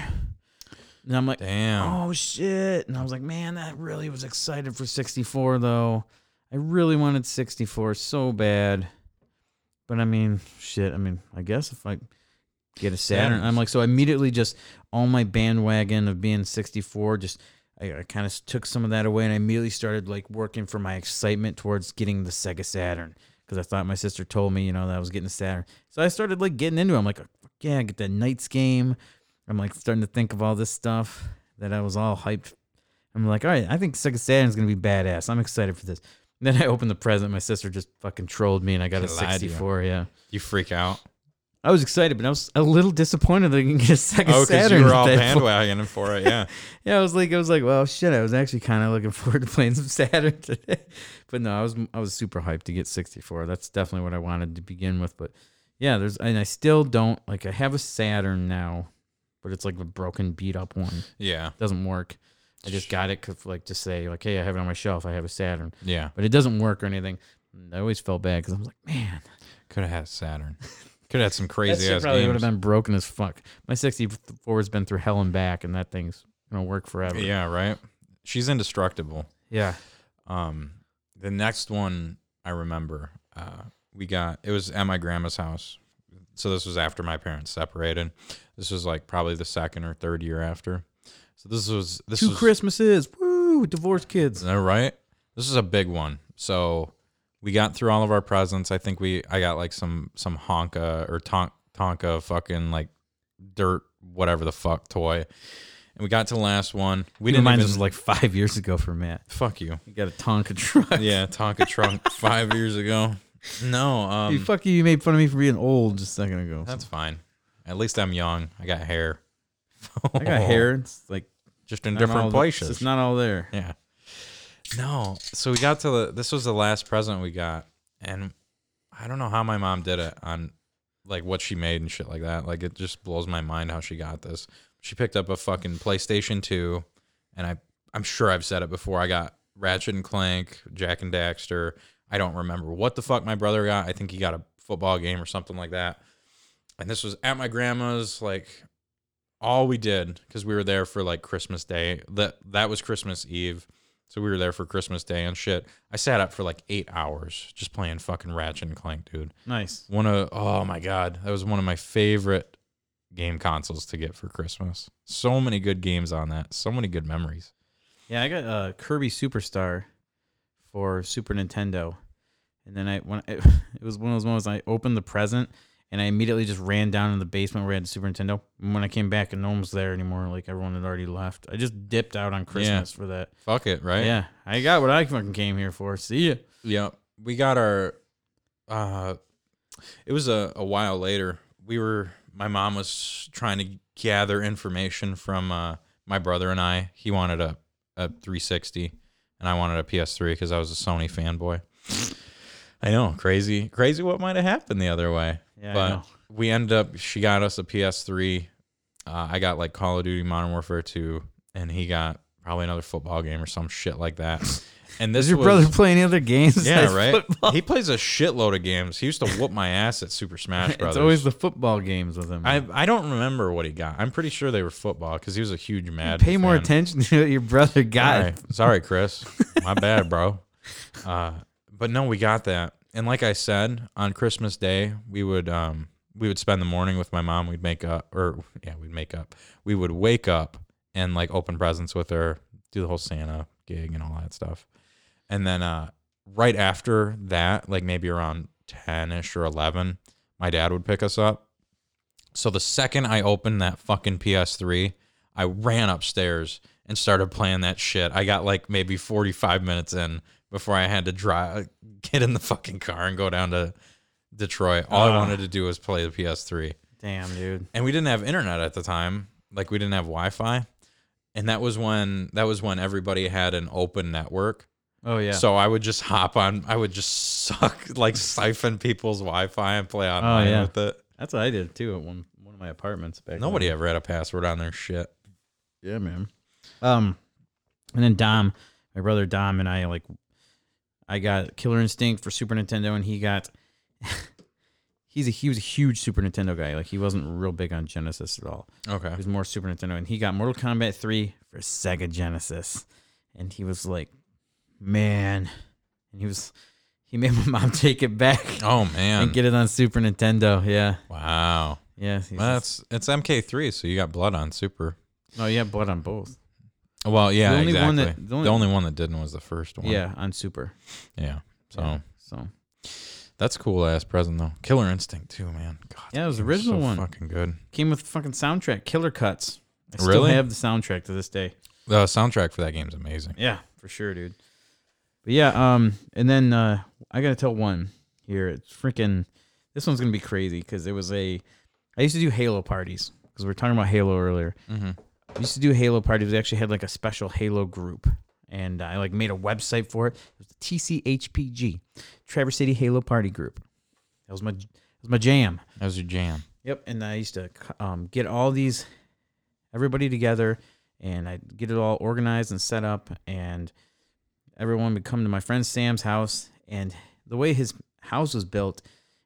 [SPEAKER 2] And I'm like,
[SPEAKER 3] Damn.
[SPEAKER 2] oh shit. And I was like, man, that really was excited for 64 though. I really wanted 64 so bad. But I mean, shit. I mean, I guess if I get a Saturn,
[SPEAKER 3] Saturns.
[SPEAKER 2] I'm like, so I immediately just all my bandwagon of being 64 just. I, I kind of took some of that away, and I immediately started like working for my excitement towards getting the Sega Saturn because I thought my sister told me, you know, that I was getting a Saturn. So I started like getting into. it. I'm like, "Oh, "Fuck yeah, get that Knights game. I'm like starting to think of all this stuff that I was all hyped. I'm like, all right, I think Sega Saturn's gonna be badass. I'm excited for this. And then I opened the present. My sister just fucking trolled me, and I got a
[SPEAKER 3] She lied to you.
[SPEAKER 2] 64. Yeah,
[SPEAKER 3] You freak out.
[SPEAKER 2] I was excited, but I was a little disappointed that I didn't get a Sega
[SPEAKER 3] Oh, because
[SPEAKER 2] Saturn.
[SPEAKER 3] you were
[SPEAKER 2] at
[SPEAKER 3] all
[SPEAKER 2] that point.
[SPEAKER 3] bandwagoning for it. Yeah.
[SPEAKER 2] Yeah, I was like, I was like, well, shit. I was actually kind of looking forward to playing some Saturn today, but no, I was I was super hyped to get 64. That's definitely what I wanted to begin with. But yeah, there's and I still don't like. I have a Saturn now, but it's like a broken, beat up one.
[SPEAKER 3] yeah.
[SPEAKER 2] doesn't work. I just got it 'cause, like to say like, hey, I have it on my shelf. I have a Saturn,
[SPEAKER 3] Yeah.
[SPEAKER 2] but it doesn't work or anything. And I always felt bad because I'm like, man,
[SPEAKER 3] Could have had Saturn. Could have had some
[SPEAKER 2] that
[SPEAKER 3] crazy
[SPEAKER 2] shit
[SPEAKER 3] ass
[SPEAKER 2] probably would have
[SPEAKER 3] games.
[SPEAKER 2] been broken as fuck. My 64 has been through hell and back, and that thing's gonna work forever.
[SPEAKER 3] Yeah. Right. She's indestructible.
[SPEAKER 2] yeah.
[SPEAKER 3] Um, the next one I remember, uh, we got it was at my grandma's house. So this was after my parents separated. This was like probably the second or third year after. So this was this
[SPEAKER 2] two
[SPEAKER 3] was,
[SPEAKER 2] Christmases. Woo! Divorced kids.
[SPEAKER 3] All right. This is a big one. So we got through all of our presents. I think we I got like some some Honka or ton- Tonka fucking like dirt whatever the fuck toy. And we got to the last one. We didn't
[SPEAKER 2] Mine
[SPEAKER 3] even
[SPEAKER 2] was like five years ago for Matt.
[SPEAKER 3] fuck you.
[SPEAKER 2] You got a Tonka truck.
[SPEAKER 3] Yeah, Tonka trunk 5 years ago. No, um
[SPEAKER 2] you fuck you. You made fun of me for being old just a second ago.
[SPEAKER 3] that's fine. At least I'm young. I got hair.
[SPEAKER 2] I got hair. It's like
[SPEAKER 3] just in
[SPEAKER 2] not all
[SPEAKER 3] different
[SPEAKER 2] the-
[SPEAKER 3] places.
[SPEAKER 2] It's not all there.
[SPEAKER 3] Yeah. No. So we got to the this was the last present we got and I don't know how my mom did it on like what she made and shit like that. Like it just blows my mind how she got this. She picked up a fucking PlayStation 2 and I I'm sure I've said it before. I got Ratchet and Clank, Jack and Daxter. I don't remember what the fuck my brother got. I think he got a football game or something like that. And this was at my grandma's like all we did because we were there for like Christmas Day. That that was Christmas Eve, so we were there for Christmas Day and shit. I sat up for like eight hours just playing fucking Ratchet and Clank, dude.
[SPEAKER 2] Nice.
[SPEAKER 3] One of oh my god, that was one of my favorite game consoles to get for Christmas. So many good games on that. So many good memories.
[SPEAKER 2] Yeah, I got uh, Kirby Superstar for Super Nintendo, and then I when I, it was one of those moments I opened the present and I immediately just ran down in the basement where I had the Super Nintendo. And when I came back, and no one was there anymore. Like everyone had already left. I just dipped out on Christmas for that.
[SPEAKER 3] Fuck it, right?
[SPEAKER 2] Yeah, I got what I fucking came here for. See ya.
[SPEAKER 3] Yeah. We got our uh it was a, a while later. We were my mom was trying to gather information from uh my brother and I. He wanted a, a 360 and I wanted a PS3 because I was a Sony fanboy. I know, crazy, crazy what might have happened the other way.
[SPEAKER 2] Yeah, I know.
[SPEAKER 3] but we ended up she got us a PS3. Uh, I got like Call of Duty Modern Warfare 2 and he got probably another football game or some shit like that. And this
[SPEAKER 2] Does your
[SPEAKER 3] was-
[SPEAKER 2] brother play any other games?
[SPEAKER 3] yeah,
[SPEAKER 2] besides
[SPEAKER 3] right.
[SPEAKER 2] football?
[SPEAKER 3] He plays a shitload of games. He used to whoop my ass at Super Smash Brothers.
[SPEAKER 2] It's always the football games with him.
[SPEAKER 3] I I don't remember what he got. I'm pretty sure they were football because he was a huge Madden.
[SPEAKER 2] Pay more
[SPEAKER 3] fan.
[SPEAKER 2] attention to what your brother got.
[SPEAKER 3] Sorry. Sorry, Chris. My bad, bro. Uh, but no, we got that. And like I said, on Christmas Day, we would um we would spend the morning with my mom. We'd make up, or yeah, we'd make up. We would wake up and like open presents with her, do the whole Santa gig and all that stuff. And then uh, right after that, like maybe around ten ish or eleven, my dad would pick us up. So the second I opened that fucking PS3, I ran upstairs and started playing that shit. I got like maybe 45 minutes in before I had to drive, get in the fucking car and go down to Detroit. All I
[SPEAKER 2] Ah.
[SPEAKER 3] wanted to do was play the PS3.
[SPEAKER 2] Damn, dude.
[SPEAKER 3] And we didn't have internet at the time. Like we didn't have Wi-Fi. And that was when that was when everybody had an open network.
[SPEAKER 2] Oh yeah.
[SPEAKER 3] So I would just hop on I would just suck like siphon people's Wi-Fi and play online
[SPEAKER 2] Oh, yeah.
[SPEAKER 3] with it.
[SPEAKER 2] That's what I did too at one one of my apartments back.
[SPEAKER 3] Nobody ever had a password on their shit.
[SPEAKER 2] Yeah, man. Um, and then Dom, my brother Dom, and I like, I got Killer Instinct for Super Nintendo, and he got,
[SPEAKER 4] he's a he was a huge Super Nintendo guy. Like he wasn't real big on Genesis at all.
[SPEAKER 3] Okay.
[SPEAKER 4] He was more Super Nintendo, and he got Mortal Kombat three for Sega Genesis, and he was like, man, and he was he made my mom take it back
[SPEAKER 3] Oh man.
[SPEAKER 4] and get it on Super Nintendo. Yeah,
[SPEAKER 3] wow.
[SPEAKER 4] yeah. he's
[SPEAKER 3] Well,
[SPEAKER 4] just-
[SPEAKER 3] that's it's MK3, so you got blood on super.
[SPEAKER 4] no, oh, yeah, blood on both.
[SPEAKER 3] Well, yeah,
[SPEAKER 4] The only
[SPEAKER 3] exactly.
[SPEAKER 4] one that-
[SPEAKER 3] the,
[SPEAKER 4] the
[SPEAKER 3] only,
[SPEAKER 4] only-
[SPEAKER 3] one that didn't was the first one.
[SPEAKER 4] Yeah, on Super.
[SPEAKER 3] Yeah. So
[SPEAKER 4] Yeah, so
[SPEAKER 3] that's cool ass present though. Killer Instinct too, man. God.
[SPEAKER 4] Yeah, it was
[SPEAKER 3] that
[SPEAKER 4] the
[SPEAKER 3] game's
[SPEAKER 4] original
[SPEAKER 3] so
[SPEAKER 4] one.
[SPEAKER 3] Fucking good.
[SPEAKER 4] Came with fucking soundtrack, killer cuts. I still
[SPEAKER 3] Really?
[SPEAKER 4] have the soundtrack to this day.
[SPEAKER 3] The soundtrack for that game's amazing.
[SPEAKER 4] Yeah, for sure, dude. But yeah, um, and then uh, I gotta tell one here. It's freaking. This one's gonna be crazy because it was a. I used to do Halo parties because we were talking about Halo earlier.
[SPEAKER 3] Mhm.
[SPEAKER 4] I used to do Halo parties. We actually had like a special Halo group, and I like made a website for it. It was the TCHPG, Traverse City Halo Party Group. That was my that was my jam.
[SPEAKER 3] That was your jam.
[SPEAKER 4] Yep, and I used to c- um, get all these everybody together, and I would get it all organized and set up, and everyone would come to my friend Sam's house, and the way his house was built,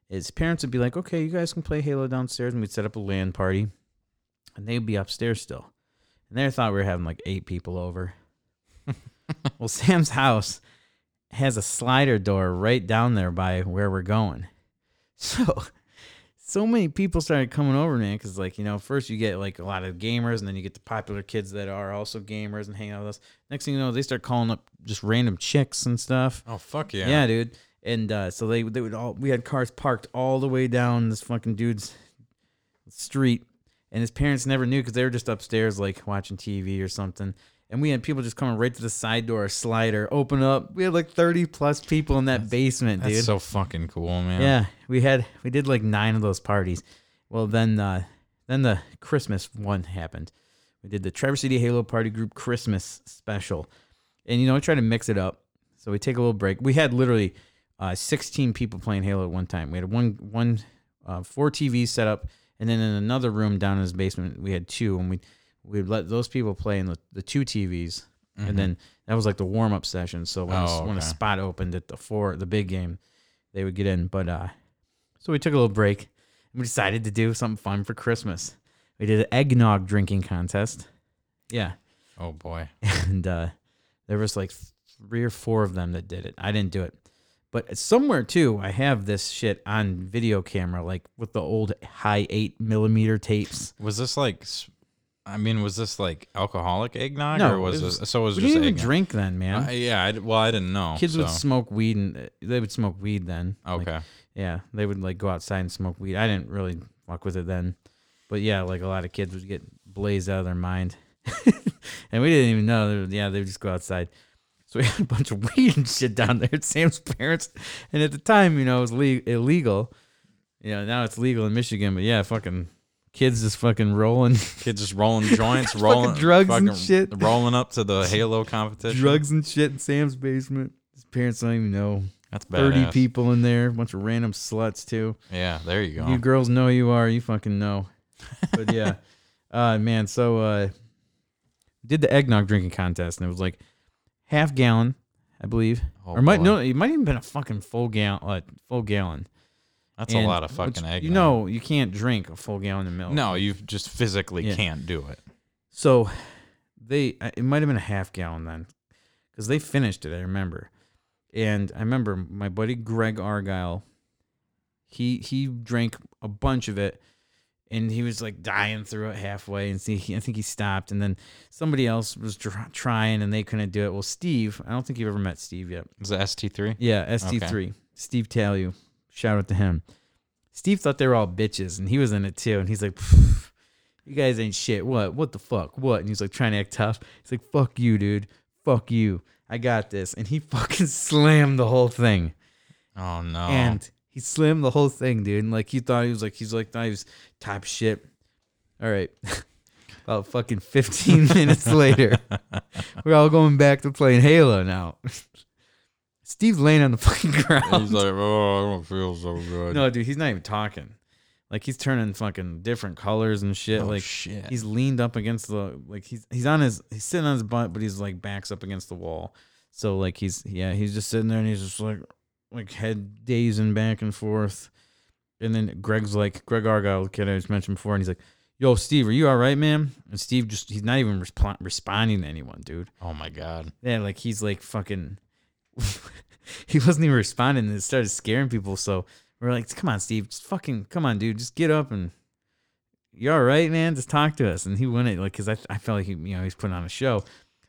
[SPEAKER 4] his parents would be like, "Okay, you guys can play Halo downstairs," and we'd set up a LAN party, and they'd be upstairs still, and they thought we were having like eight people over. well, Sam's house has a slider door right down there by where we're going, so so many people started coming over, man, because like you know, first you get like a lot of gamers, and then you get the popular kids that are also gamers and hang out with us. Next thing you know, they start calling up just random chicks and stuff.
[SPEAKER 3] Oh fuck
[SPEAKER 4] Yeah,
[SPEAKER 3] yeah.
[SPEAKER 4] dude. And uh, so they they would all we had cars parked all the way down this fucking dude's street, and his parents never knew because they were just upstairs like watching TV or something. And we had people just coming right to the side door, slider, open up. We had like thirty plus people in that basement,
[SPEAKER 3] That's
[SPEAKER 4] dude.
[SPEAKER 3] so fucking cool, man.
[SPEAKER 4] Yeah, we had we did like nine of those parties. Well, then uh, then the Christmas one happened. We did the Trevor City Halo Party Group Christmas special, and you know we try to mix it up. So we take a little break. We had literally uh, 16 people playing Halo at one time. We had one one uh, four TVs set up, and then in another room down in his basement we had two, and we we let those people play in the, the two TVs, and then that was like the warm up session. So when, a-
[SPEAKER 3] Mm-hmm. Oh,
[SPEAKER 4] when a
[SPEAKER 3] okay.
[SPEAKER 4] spot opened at the four the big game, they would get in. But uh, so we took a little break and we decided to do something fun for Christmas. We did an eggnog drinking contest. Yeah.
[SPEAKER 3] Oh boy.
[SPEAKER 4] And uh, there was like three or four of them that did it. I didn't do it. But somewhere too, I have this shit on video camera, like with the old high eight millimeter tapes.
[SPEAKER 3] Was this like? s- I mean, was this like alcoholic eggnog,
[SPEAKER 4] No,
[SPEAKER 3] or was
[SPEAKER 4] it was-
[SPEAKER 3] this, so? It was
[SPEAKER 4] We
[SPEAKER 3] just
[SPEAKER 4] didn't even
[SPEAKER 3] eggnog?
[SPEAKER 4] drink then, man.
[SPEAKER 3] Uh, yeah. I d well, I didn't know.
[SPEAKER 4] Kids would
[SPEAKER 3] so-
[SPEAKER 4] smoke weed and uh, they would smoke weed then. Like,
[SPEAKER 3] Okay.
[SPEAKER 4] Yeah, they would like go outside and smoke weed. I didn't really fuck with it then, but yeah, like a lot of kids would get blazed out of their mind, and we didn't even know. They would- Yeah, they would just go outside. So we had a bunch of weed and shit down there at Sam's parents, and at the time, you know, it was le- illegal. You know, now it's legal in Michigan, but yeah, fucking kids just fucking rolling
[SPEAKER 3] Kids just rolling joints, rolling
[SPEAKER 4] drugs and shit.
[SPEAKER 3] rolling up to the Halo competition.
[SPEAKER 4] drugs and shit in Sam's basement. His parents don't even know.
[SPEAKER 3] That's badass.
[SPEAKER 4] Thirty people in there, a bunch of random sluts too.
[SPEAKER 3] Yeah, there you go.
[SPEAKER 4] You girls know you are. You fucking know. But yeah, uh, man. So uh, did the eggnog drinking contest, and it was like half gallon, I believe,
[SPEAKER 3] Oh,
[SPEAKER 4] or might
[SPEAKER 3] boy.
[SPEAKER 4] no, it might even been a fucking full gallon, uh, full gallon.
[SPEAKER 3] That's
[SPEAKER 4] And-
[SPEAKER 3] a lot of
[SPEAKER 4] which,
[SPEAKER 3] fucking egg.
[SPEAKER 4] You know, you can't drink a full gallon of milk.
[SPEAKER 3] no, you just physically
[SPEAKER 4] Yeah.
[SPEAKER 3] can't do it.
[SPEAKER 4] So they, I- it might have been a half gallon then, because they finished it. I remember, and I remember my buddy Greg Argyle. He he drank a bunch of it, and he was like dying through it halfway. And see, he, I think he stopped, and then somebody else was tr- trying, and they couldn't do it. Well, Steve, I don't think you've ever met Steve yet.
[SPEAKER 3] Is it ST three?
[SPEAKER 4] Yeah, ST3. Steve Talu. Shout out to him. Steve thought they were all bitches, and he was in it too. And he's like, "Pff, "You guys ain't shit. What? What the fuck? What?" And he's like trying to act tough. He's like, "Fuck you, dude. Fuck you. I got this." And he fucking slammed the whole thing.
[SPEAKER 3] Oh no.
[SPEAKER 4] And he slammed the whole thing, dude. And like he thought he was like he's like thought he was top shit. All right. About fucking 15 minutes later, we're all going back to playing Halo now. Steve's laying on the fucking ground.
[SPEAKER 3] he's like, oh, I don't feel so good.
[SPEAKER 4] No, dude, he's not even talking. Like he's turning fucking different colors and shit.
[SPEAKER 3] Oh,
[SPEAKER 4] like
[SPEAKER 3] shit.
[SPEAKER 4] he's leaned up against the like he's he's on his he's sitting on his butt, but he's like backs up against the wall. So like he's yeah he's just sitting there and he's just like like head dazing back and forth.
[SPEAKER 2] and then Greg's like, Greg Argyle, the kid I just mentioned before, and he's like, "Yo, Steve, are you all right, man?" And Steve just he's not even respon responding to anyone, dude.
[SPEAKER 3] Oh my god.
[SPEAKER 2] Yeah, like he's like fucking. he wasn't even responding, and it started scaring people. So we're like, "Come on, Steve, just fucking come on, dude, just get up and." You all right, man? Just talk to us. And he wouldn't, like, cause I, I felt like he, you know, he's putting on a show.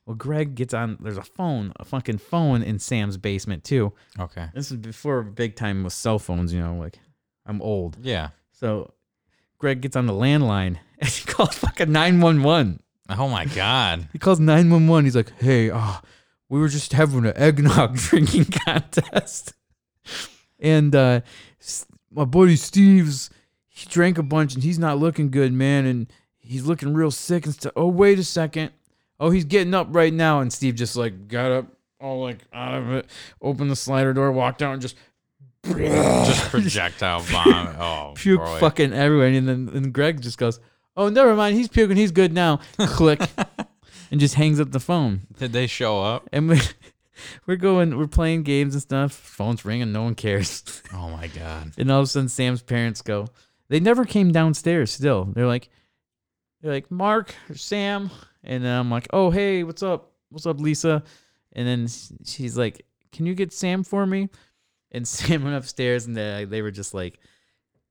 [SPEAKER 2] Well, Greg gets on. There's a phone, a fucking phone in Sam's basement too.
[SPEAKER 3] Okay.
[SPEAKER 2] This is before big time with cell phones, you know, like I'm old.
[SPEAKER 3] Yeah.
[SPEAKER 2] So Greg gets on the landline and he calls fucking 911.
[SPEAKER 3] Oh my god.
[SPEAKER 2] He calls 911. He's like, hey, uh, we were just having an eggnog drinking contest. And uh, s- my buddy Steve's, he drank a bunch and he's not looking good, man. And he's looking real sick and stuff. Oh, wait a second. Oh, he's getting up right now. And Steve just like got up, all like out of it, opened the slider door, walked out and just
[SPEAKER 3] Just projectile vomit. Oh,
[SPEAKER 2] puke
[SPEAKER 3] boy.
[SPEAKER 2] fucking everywhere. And then and Greg just goes, Oh, never mind. He's puking. He's good now. Click. and just hangs up the phone.
[SPEAKER 3] Did they show up?
[SPEAKER 2] And we, we're going, we're playing games and stuff. Phone's ringing. No one cares.
[SPEAKER 3] Oh my god.
[SPEAKER 2] and all of a sudden, Sam's parents go, They never came downstairs still. They're like, They're like, Mark, Sam. And then I'm like, Oh, hey, what's up? What's up, Lisa? And then s- she's like, Can you get Sam for me? And Sam went upstairs and they, they were just like,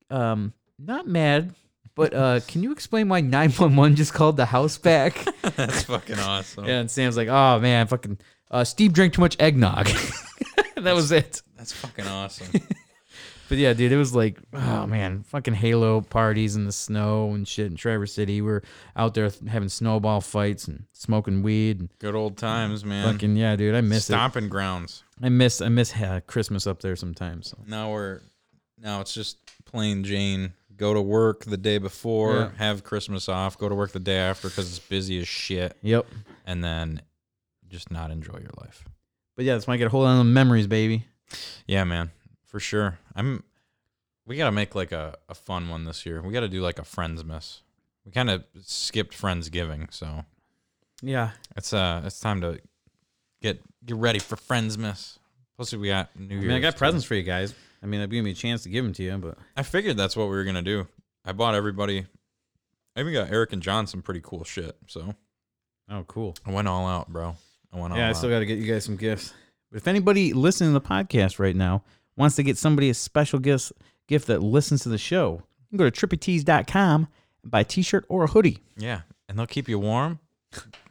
[SPEAKER 2] um, Not mad, but uh, can you explain why 911 just called the house back?
[SPEAKER 3] That's fucking awesome.
[SPEAKER 2] Yeah, and Sam's like, "Oh man, fucking uh, Steve drank too much eggnog." that was it.
[SPEAKER 3] That's fucking awesome.
[SPEAKER 2] But yeah, dude, it was like, oh man, fucking Halo parties in the snow and shit in Traverse City. We were out there having snowball fights and smoking weed and
[SPEAKER 3] Good old times, man.
[SPEAKER 2] fucking yeah, dude. I miss
[SPEAKER 3] Stomping grounds.
[SPEAKER 2] it. I miss I miss uh, Christmas up there sometimes. So.
[SPEAKER 3] Now we're now it's just plain Jane. Go to work the day before,
[SPEAKER 2] Yeah.
[SPEAKER 3] have Christmas off, go to work the day after because it's busy as shit,
[SPEAKER 2] Yep.
[SPEAKER 3] and then just not enjoy your life.
[SPEAKER 2] But yeah, that's when I get a hold on the memories, baby.
[SPEAKER 3] Yeah, man, for sure. I'm. We gotta make like a, a fun one this year. We gotta do like a friends miss. We kind of skipped Friendsgiving, so
[SPEAKER 2] Yeah.
[SPEAKER 3] it's uh it's time to get get ready for friends miss. Plus, we got New
[SPEAKER 2] I
[SPEAKER 3] Year's.
[SPEAKER 2] mean, I got
[SPEAKER 3] too.
[SPEAKER 2] presents for you guys. I mean, that gave me a chance to give them to you, but
[SPEAKER 3] I figured that's what we were gonna do. I bought everybody. I even got Eric and John some pretty cool shit. So
[SPEAKER 2] oh, cool.
[SPEAKER 3] I went all out, bro. I went all
[SPEAKER 2] Yeah, I
[SPEAKER 3] out.
[SPEAKER 2] still got to get you guys some gifts. But if anybody listening to the podcast right now wants to get somebody a special gift, gift that listens to the show, you can go to trippytees.com and buy a t shirt or a hoodie.
[SPEAKER 3] yeah, and they'll keep you warm,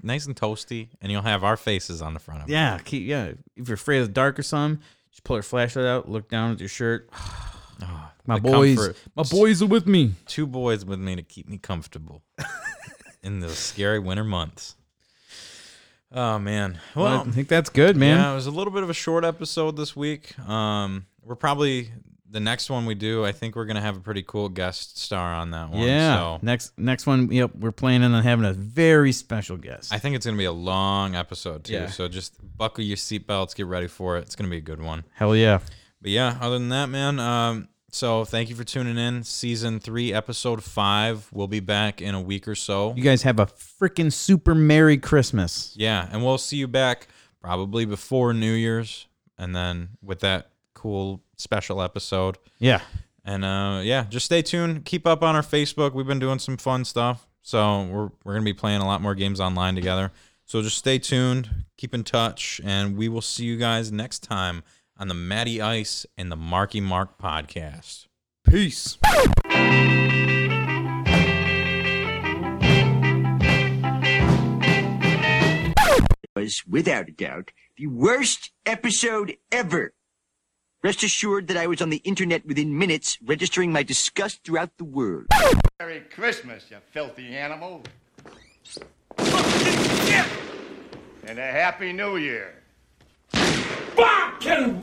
[SPEAKER 3] nice and toasty, and you'll have our faces on the front of it.
[SPEAKER 2] Yeah, keep, yeah. If you're afraid of the dark or something, just pull your flashlight out, look down at your shirt.
[SPEAKER 3] Oh,
[SPEAKER 2] Ah, My
[SPEAKER 3] the
[SPEAKER 2] boys,
[SPEAKER 3] comfort.
[SPEAKER 2] my boys are with me.
[SPEAKER 3] two boys with me to keep me comfortable in those scary winter months. Oh man.
[SPEAKER 2] Well,
[SPEAKER 3] Well,
[SPEAKER 2] I think that's good, man.
[SPEAKER 3] yeah, it was a little bit of a short episode this week. Um, we're probably the next one we do. I think we're gonna have a pretty cool guest star on that one.
[SPEAKER 2] Yeah.
[SPEAKER 3] So
[SPEAKER 2] Next next one, yep, we're planning on having a very special guest.
[SPEAKER 3] I think it's gonna be a long episode too.
[SPEAKER 2] Yeah.
[SPEAKER 3] So just buckle your seatbelts, get ready for it. It's gonna be a good one.
[SPEAKER 2] Hell yeah.
[SPEAKER 3] But yeah, other than that, man. Um, so thank you for tuning in. Season three, episode five. We'll be back in a week or so.
[SPEAKER 2] You guys have a freaking super Merry Christmas.
[SPEAKER 3] Yeah, and we'll see you back probably before New Year's, and then with that cool special episode.
[SPEAKER 2] Yeah.
[SPEAKER 3] And uh, yeah, just stay tuned. Keep up on our Facebook. We've been doing some fun stuff, so we're we're gonna be playing a lot more games online together. So just stay tuned, keep in touch, and we will see you guys next time on the Matty Ice and the Marky Mark podcast. Peace.
[SPEAKER 5] was, without a doubt, the worst episode ever. Rest assured that I was on the internet within minutes, registering my disgust throughout the world.
[SPEAKER 6] Merry Christmas, you filthy animal. And a happy new year.
[SPEAKER 7] Fucking